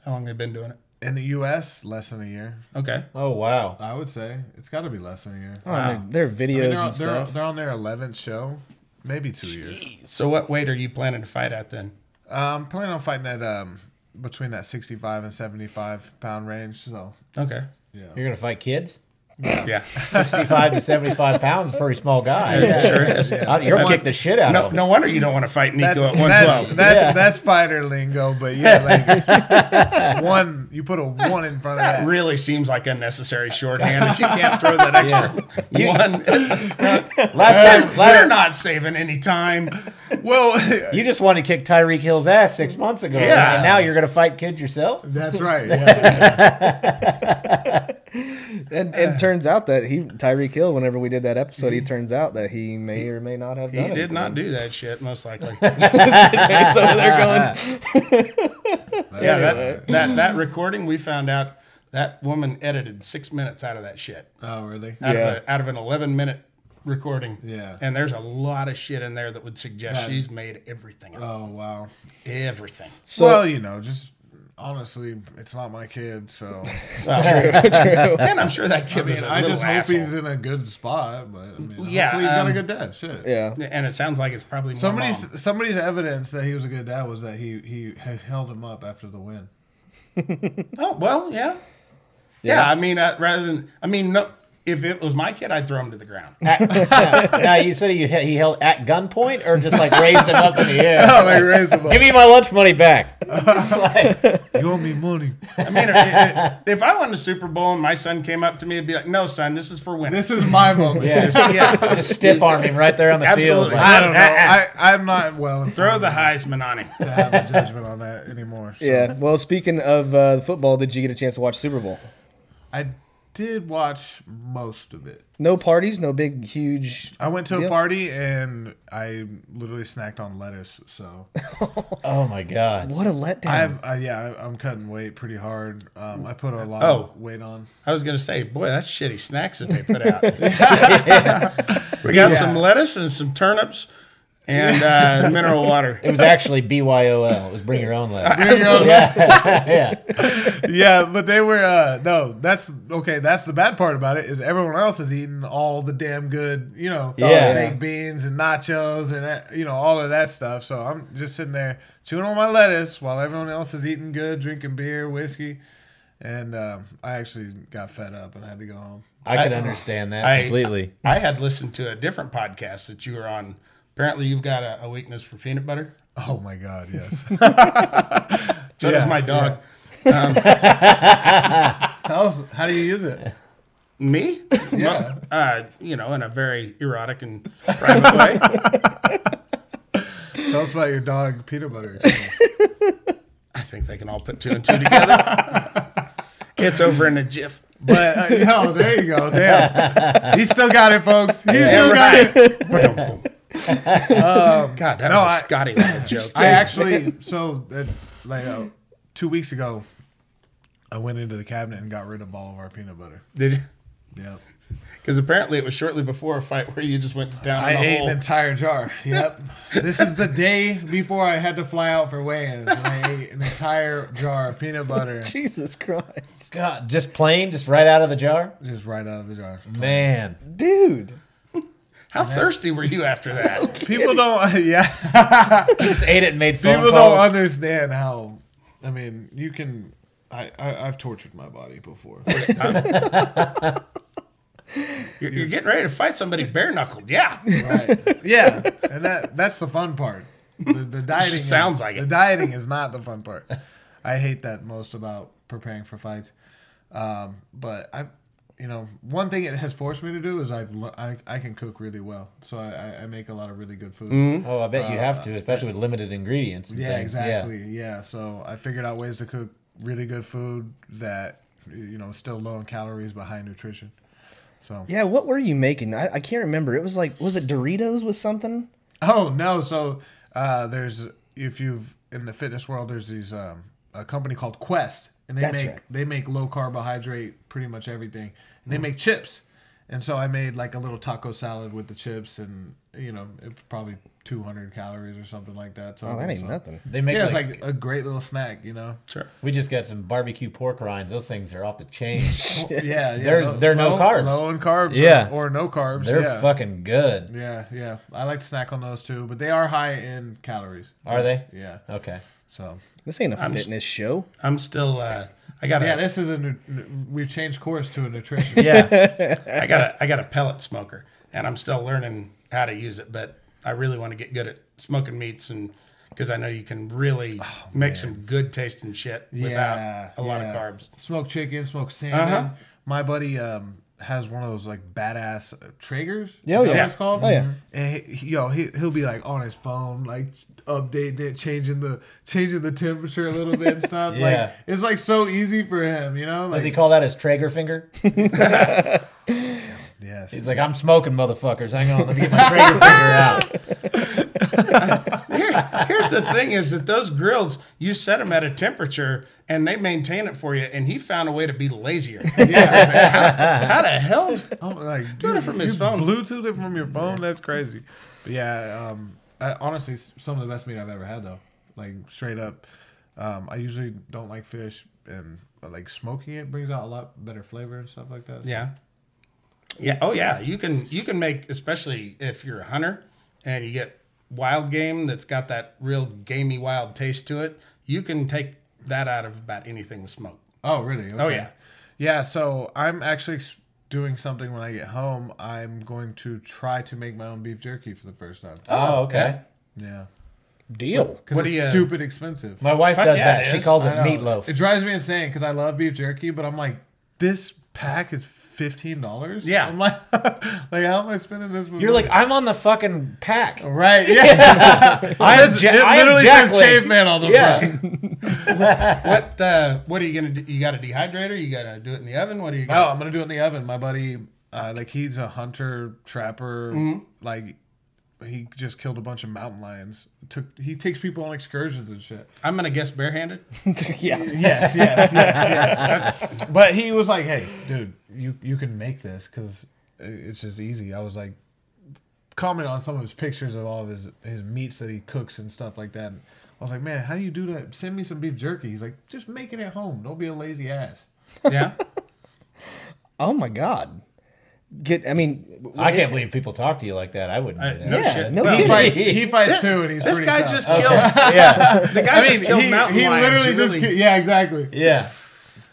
How long have they been doing it? In the U.S., less than a year. Okay. Oh wow. I would say it's got to be less than a year. Oh, I mean, there are videos I mean, they're, and on, they're, stuff. they're on their 11th show, maybe two years. So, what weight are you planning to fight at then? I'm planning on fighting at um, between that 65 and 75 pound range. So Okay. You're gonna fight kids? Yeah. Sixty-five to seventy-five pounds, pretty small guy. Sure is. Uh, You're gonna kick the shit out No, of him. no wonder you don't want to fight Nico that's at that's, 112. that's, that's fighter lingo, but yeah, like one you put a one in front of that that. really seems like unnecessary shorthand. If you can't throw that extra one, Last time, you're last, not saving any time. Well, you just wanted to kick Tyreek Hill's ass six months ago, Yeah. and now you're gonna fight kids yourself. that's right. Yeah. And it uh, turns out that he Tyreek Hill, whenever we did that episode, he turns out that he may or may not have done He it. did not do that shit, most likely. It's over there going. Yeah, that, that that recording we found out that woman edited six minutes out of that shit. Oh, really? Out Yeah. of a, out of an 11 minute recording. Yeah. And there's a lot of shit in there that would suggest she's made everything up. Oh, wow. Everything. So- well, you know, just honestly, it's not my kid, so And I'm sure that kid I mean, is a I little just hope asshole. he's in a good spot. But I mean, Yeah, hopefully he's got um, a good dad. Shit. Yeah. and it sounds like it's probably more Somebody's mom. somebody's evidence that he was a good dad was that he he h- held him up after the win. Oh well, yeah, yeah. I mean, uh, rather than I mean, no. If it was my kid, I'd throw him to the ground. now you said he, he held at gunpoint, or just like raised him up in the air. they Oh, raised him Give me my lunch money back. Like, You owe me money. I mean, if, if I won the Super Bowl and my son came up to me, I'd be like, "No, son, this is for winning." This is my moment. yeah, just, yeah, stiff arm him right there on the Absolutely. field. Like, I don't know. I, I'm not well throw informed the Heisman on him. to have a judgment on that anymore. so. Yeah. Well, speaking of uh, football, did you get a chance to watch Super Bowl? I did watch most of it. No parties, no big, huge. I went to a Yep. party and I literally snacked on lettuce. So Oh my god. What a letdown. I have, I, yeah, I, I'm cutting weight pretty hard. Um, I put a lot Oh. of weight on. I was going to say, boy, that's shitty snacks that they put out. we got some lettuce and some turnips and uh, mineral water. It was actually BYOL. It was bring your own lettuce. yeah, but they were uh no, that's okay, that's the bad part about it is everyone else has eaten all the damn good, you know, Yeah. baked beans and nachos and that, you know, all of that stuff. So I'm just sitting there chewing on my lettuce while everyone else is eating good, drinking beer, whiskey. And um, I actually got fed up and had to go home. I can understand that I- completely. I had listened to a different podcast that you were on. Apparently, you've got a, a weakness for peanut butter. Oh my god, yes. So does my dog. Tell us how do you use it? Me? uh, you know, in a very erotic and private way. Tell us about your dog peanut butter. I think they can all put two and two together. it's over in a jiff. But uh, yo, there you go. Damn. He still got it, folks. He still got it. Ba-dum-bum. God, that was a Um, I- Scotty little joke. I actually so uh, like uh, two weeks ago, I went into the cabinet and got rid of all of our peanut butter. did Yeah, because apparently it was shortly before a fight where you just went down I the ate hole. an entire jar. Yep, this is the day before I had to fly out for weigh-ins, and I ate an entire jar of peanut butter Jesus Christ, God, just plain, just right out of the jar? just right out of the jar. Man. dude. How thirsty were you after that? People don't, yeah, Just ate it and made phone people don't calls. understand how. I mean, you can. I, I I've tortured my body before. You're, you're getting ready to fight somebody bare knuckled. Yeah. Right. Yeah, and that that's the fun part. The, the dieting is- sounds like the it. dieting is not the fun part. I hate that most about preparing for fights. Um, but I, you know, one thing it has forced me to do is I've le- I, I can cook really well, so I, I- I make a lot of really good food. Mm-hmm. oh, I bet you have to, especially with limited ingredients. And Yeah, things. exactly. Yeah. so I figured out ways to cook really good food that you know is still low in calories but high in nutrition. So Yeah, what were you making? I, I can't remember. It was like, was it Doritos with something? Oh no! So uh, there's if you've in the fitness world, there's these um, a company called Quest, and they That's make right. they make low carbohydrate pretty much everything. And they Mm-hmm. make chips, and so I made like a little taco salad with the chips, and you know it was probably 200 calories or something like that. So Oh, that ain't so- nothing. They make Yeah, it's like, like a great little snack, you know. Sure. we just got some barbecue pork rinds. Those things are off the chain. Yeah, yeah There's- low- there are no low- carbs. Low in carbs. Yeah. or, or no carbs. They're yeah. fucking good. Yeah, yeah. I like to snack on those too, but they are high in calories. Are they? Oh. Yeah. Okay. So This ain't a fitness show. I'm still. Uh, I got. Yeah, A, this is a nu- nu- we've changed course to a nutrition. Yeah. I got a. I got a pellet smoker, and I'm still learning how to use it. But I really want to get good at smoking meats, and because I know you can really make some good tasting shit Yeah, without a lot Oh, yeah. of carbs. smoked chicken, smoked salmon. Uh-huh. My buddy um, has one of those like badass uh, Traegers. Yeah, yeah. is that What it's called. Mm-hmm. Oh, yeah. And he, he- yo, he he'll be like on his phone, like updating it, changing the changing the temperature a little bit and stuff. Yeah. Like it's like so easy for him, you know. Does he Like call that his Traeger finger? yes, He's like, I'm smoking, motherfuckers. Hang on, let me get my Traeger finger out. Here- here's the thing: is that those grills you set them at a temperature and they maintain it for you. And he found a way to be lazier. Yeah. how, how the hell? oh, like Got it from his phone. Bluetooth it from your phone. That's crazy. But yeah, um, I, honestly, s- some of the best meat I've ever had though. Like straight up, um, I usually don't like fish, and uh, like smoking it brings out a lot better flavor and stuff like that. Yeah. Yeah. Oh yeah. You can you can make especially if you're a hunter and you get wild game that's got that real gamey wild taste to it. You can take that out of about anything with smoke. Oh really? Okay. yeah. Yeah. So I'm actually s- doing something when I get home. I'm going to try to make my own beef jerky for the first time. Oh, okay. Yeah. Deal. Because What it's do you- uh, stupid expensive. My wife Fuck does yeah, that. it She is. calls it I know. meatloaf. It drives me insane because I love beef jerky, but I'm like, this pack is fifteen dollars. Yeah. I'm like, like how am I spending this? with You're like, money? I'm on the fucking pack. Oh, right? Yeah, I am it literally Jack says Lane. caveman on the Yeah. front. what uh, what are you gonna do? You got a dehydrator? You gotta do it in the oven? What are you? No, Gonna, Oh, I'm gonna do it in the oven. My buddy, uh, like he's a hunter trapper. Mm-hmm. Like he just killed a bunch of mountain lions. Took he takes people on excursions and shit. I'm gonna guess barehanded. yeah. Yes, yes, yes, yes. but he was like, "Hey, dude, you you can make this because it's just easy." I was like, comment on some of his pictures of all of his his meats that he cooks and stuff like that. And I was like, "Man, how do you do that? Send me some beef jerky." He's like, "Just make it at home. Don't be a lazy ass." Yeah. Oh my God. Get. I mean, I can't believe people talk to you like that. I wouldn't. I- do that. no Yeah, shit. no Well, He kidding. fights, he fights too, and he's this pretty guy tough. just killed. yeah, The guy I mean, just killed he, mountain he lions. literally You just really- ki- yeah, exactly. yeah.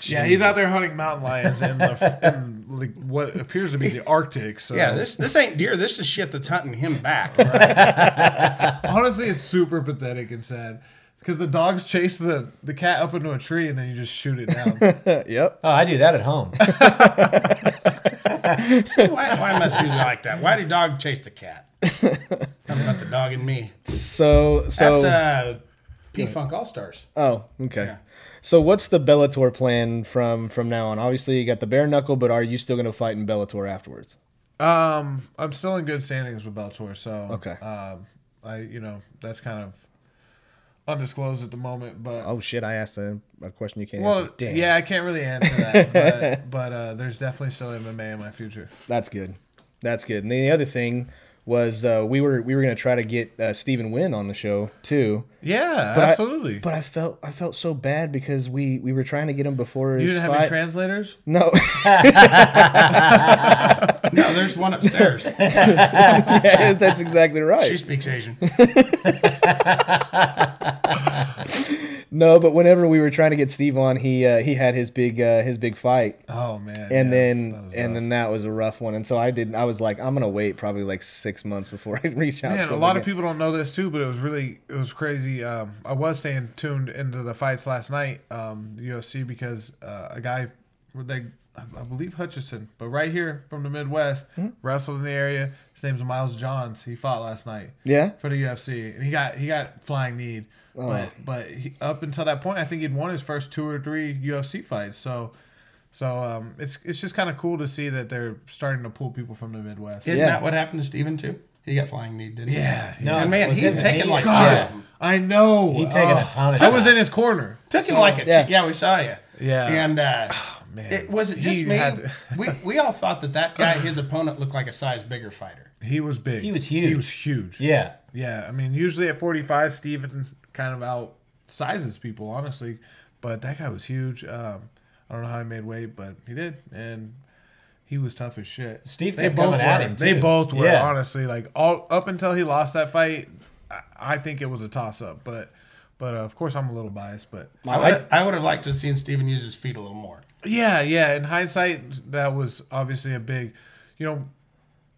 Yeah, he's out there hunting mountain lions in, the, in like what appears to be the Arctic. So yeah. This this ain't deer. This is shit that's hunting him back. honestly, it's super pathetic and sad because the dogs chase the the cat up into a tree and then you just shoot it down. yep. Oh, I do that at home. Why, why must you be like that? Why do dog chase the cat? I'm about the dog and me. So so. That's uh, P Funk All Stars. oh, okay. So what's the Bellator plan from from now on? Obviously, you got the bare knuckle, but are you still going to fight in Bellator afterwards? um, I'm still in good standings with Bellator, so Okay. Um, I you know that's kind of undisclosed at the moment, but Oh shit! I asked a, a question you can't well, answer. Damn. yeah, I can't really answer that, but, but uh, there's definitely still MMA in my future. That's good. That's good. And then the other thing was uh, we were we were gonna try to get uh, Stephen Wynn on the show too. Yeah, But I- absolutely. but I felt I felt so bad because we we were trying to get him before his you didn't have fight. any translators? no, No, there's one upstairs. that's exactly right. She speaks Asian. No, but whenever we were trying to get Steve on, he uh, he had his big uh, his big fight, Oh man. and yeah. then and then that was a rough one. And so I didn't. I was like, I'm gonna wait probably like six months before I reach out. Man, to a him lot of again. people don't know this too, but it was really it was crazy. Um, I was staying tuned into the fights last night, um, the UFC, because uh, a guy, they, I believe Hutchinson, but right here from the Midwest, wrestled in the area. His name's Miles Johns. He fought last night. Yeah? for the UFC, and he got he got flying need. But but he, up until that point, I think he'd won his first two or three UFC fights. So. So um, it's it's just kind of cool to see that they're starting to pull people from the Midwest. Isn't Yeah. that what happened to Steven too? He got flying knee, didn't he? Yeah, No, and man, was he'd it taken me? like God. two of them. I know. He'd taken a Oh, ton of I was shots. in his corner. Took him like a Yeah. yeah. yeah, we saw you. Yeah. and uh, it was it just He me. had- we we all thought that that guy, his opponent, looked like a size bigger fighter. He was big. He was He huge. was huge. Yeah. Yeah. I mean, usually at 45, Steven kind of outsizes people, honestly. But that guy was huge. Um, I don't know how he made weight, but he did. And he was tough as shit. Steve They kept both coming at were. him, They too. both were, Yeah. honestly. Like, all up until he lost that fight, I, I think it was a toss up. But. But uh, of course, I'm a little biased. But I would I would have liked to have seen Steven use his feet a little more. Yeah, yeah. In hindsight, that was obviously a big, you know,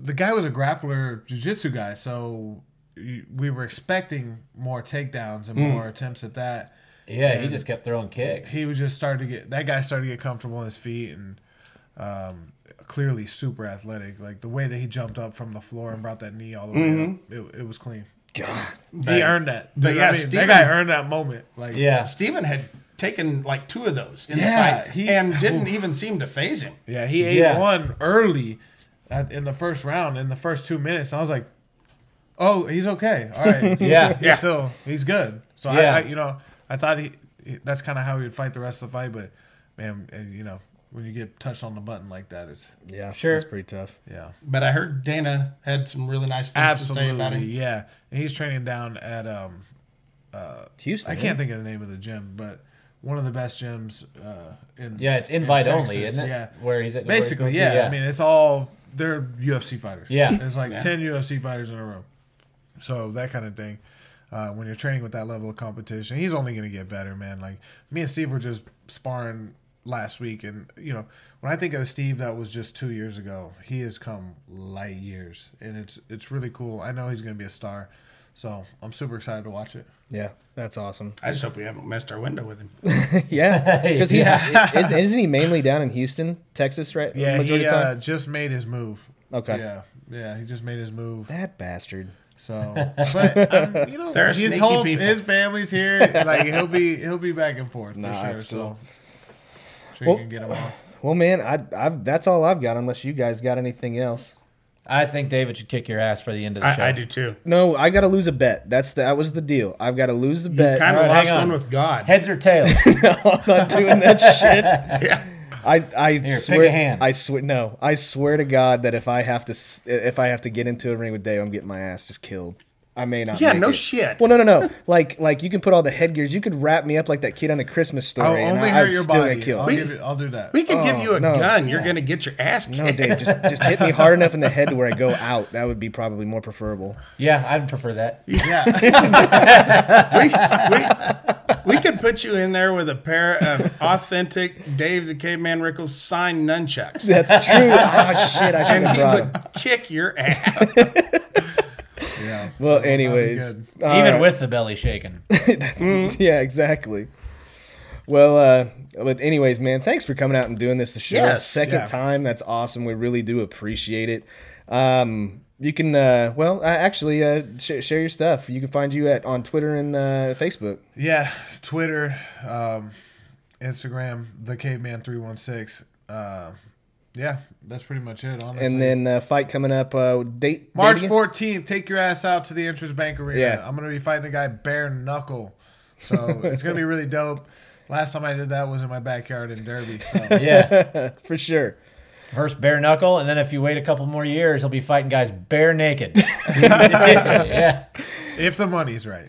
the guy was a grappler, jujitsu guy, so you- we were expecting more takedowns and Hmm. more attempts at that. Yeah, he just kept throwing kicks. He was just starting to get that guy started to get comfortable on his feet and um, clearly super athletic. Like the way that he jumped up from the floor and brought that knee all the way up, it, it was clean. God, he earned that. Mm-hmm. but but yeah, yeah, I mean, Steven- that guy earned that moment. Like yeah, Steven had taken like two of those in Yeah, the fight he- and didn't even seem to phase him. Yeah, he ate Yeah. one early at, in the first round, in the first two minutes. I was like, "Oh, he's okay. All right, Yeah. he's still he's good." So Yeah. I, I, you know, I thought he, he- that's kind of how he would fight the rest of the fight. But man, eh, you know, when you get touched on the button like that, it's yeah, Sure. it's pretty tough. yeah, But I heard Dana had some really nice things to say about absolutely, him. yeah. And he's training down at um, Houston. I can't think of the name of the gym, but one of the best gyms uh, in yeah. It's invite in only, Texas, isn't it? Yeah, Where he's at where he's going basically to, yeah. I mean, it's all they're UFC fighters. Yeah. there's like ten UFC fighters in a row, so that kind of thing. Uh, when you're training with that level of competition, he's only going to get better, man. Like me and Steve were just sparring last week, and you know when I think of Steve, that was just two years ago. He has come light years, and it's it's really cool. I know he's going to be a star, so I'm super excited to watch it. Yeah, that's awesome. I just hope we haven't messed our window with him. Yeah, because he's is, isn't he mainly down in Houston, Texas, right? Yeah, majority he of the uh, time? just made his move. Okay. Yeah, yeah, he just made his move. That bastard. So, but um, you know, They're his sneaky whole people. his family's here. Like he'll be he'll be back and forth Nah, for sure. that's cool. So, sure you can get him all. Well, man, I, I've, that's all I've got. Unless you guys got anything else. I think David should kick your ass for the end of the show. I, I do too. No, I got to lose a bet. That's that was the deal. I've got to lose the bet. Kind of All right, lost hang on. one with God. Heads or tails? I'm not doing that shit. Yeah. I I pick swear a hand. I swear no. I swear to God that if I have to s- if I have to get into a ring with Dave, I'm getting my ass just killed. I may not. Yeah, make no it. shit. Well, no, no, no. like like you can put all the headgears. You could wrap me up like that kid on a Christmas story. I'll and only I, hurt I'd your still body. Get killed. I'll, give you, I'll do that. we could give Oh, you a no. gun. You're gonna get your ass kicked. no, Dave, just just hit me hard enough in the head to where I go out. That would be probably more preferable. yeah, I'd prefer that. we could put you in there with a pair of authentic Dave the Caveman Rickles signed nunchucks, That's true. oh shit, I should and have he brought him. would kick your ass. Yeah. Well, anyways, good. all Even right. with the belly shaking. yeah, exactly. Well, uh, but anyways, man, thanks for coming out and doing this. The show Yes, second yeah. time. That's awesome. We really do appreciate it. Um, you can, uh, well, uh, actually, uh, sh- share your stuff. You can find you at on Twitter and uh, Facebook. Yeah, Twitter, um, Instagram, the Caveman three one six. uh, Yeah, that's pretty much it. Honestly, And then uh, fight coming up. Uh, date March date again? fourteenth, take your ass out to the Entrance Bank Arena. Yeah. I'm gonna be fighting a guy bare knuckle, so it's gonna be really dope. Last time I did that was in my backyard in Derby. So Yeah. for sure. First bare knuckle, and then if you wait a couple more years, he'll be fighting guys bare naked. yeah. if the money's right,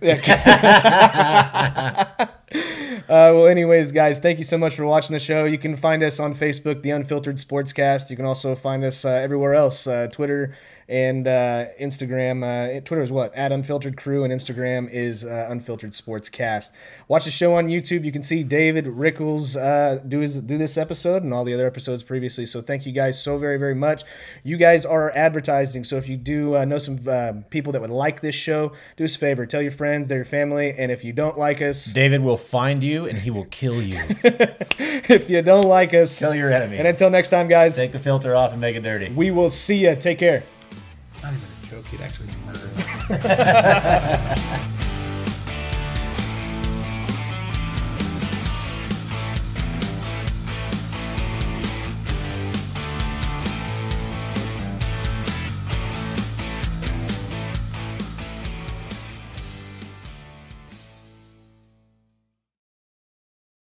Uh, well, anyways, guys, thank you so much for watching the show. You can find us on Facebook, The Unfiltered Sportscast. You can also find us uh, everywhere else uh, Twitter and uh, Instagram. Uh, Twitter is what? At Unfiltered Crew, and Instagram is uh, Unfiltered Sportscast. Watch the show on YouTube. You can see David Rickles uh, do, his, do this episode and all the other episodes previously. So thank you guys so very, very much. You guys are advertising. So if you do uh, know some uh, people that would like this show, do us a favor. Tell your friends, they're your family. And if you don't like us, David will find you and he will kill you. if you don't like us, Tell your enemy. and until next time, guys, Take the filter off and make it dirty. we will see ya. Take care. It's not even a joke. He'd actually murder. us.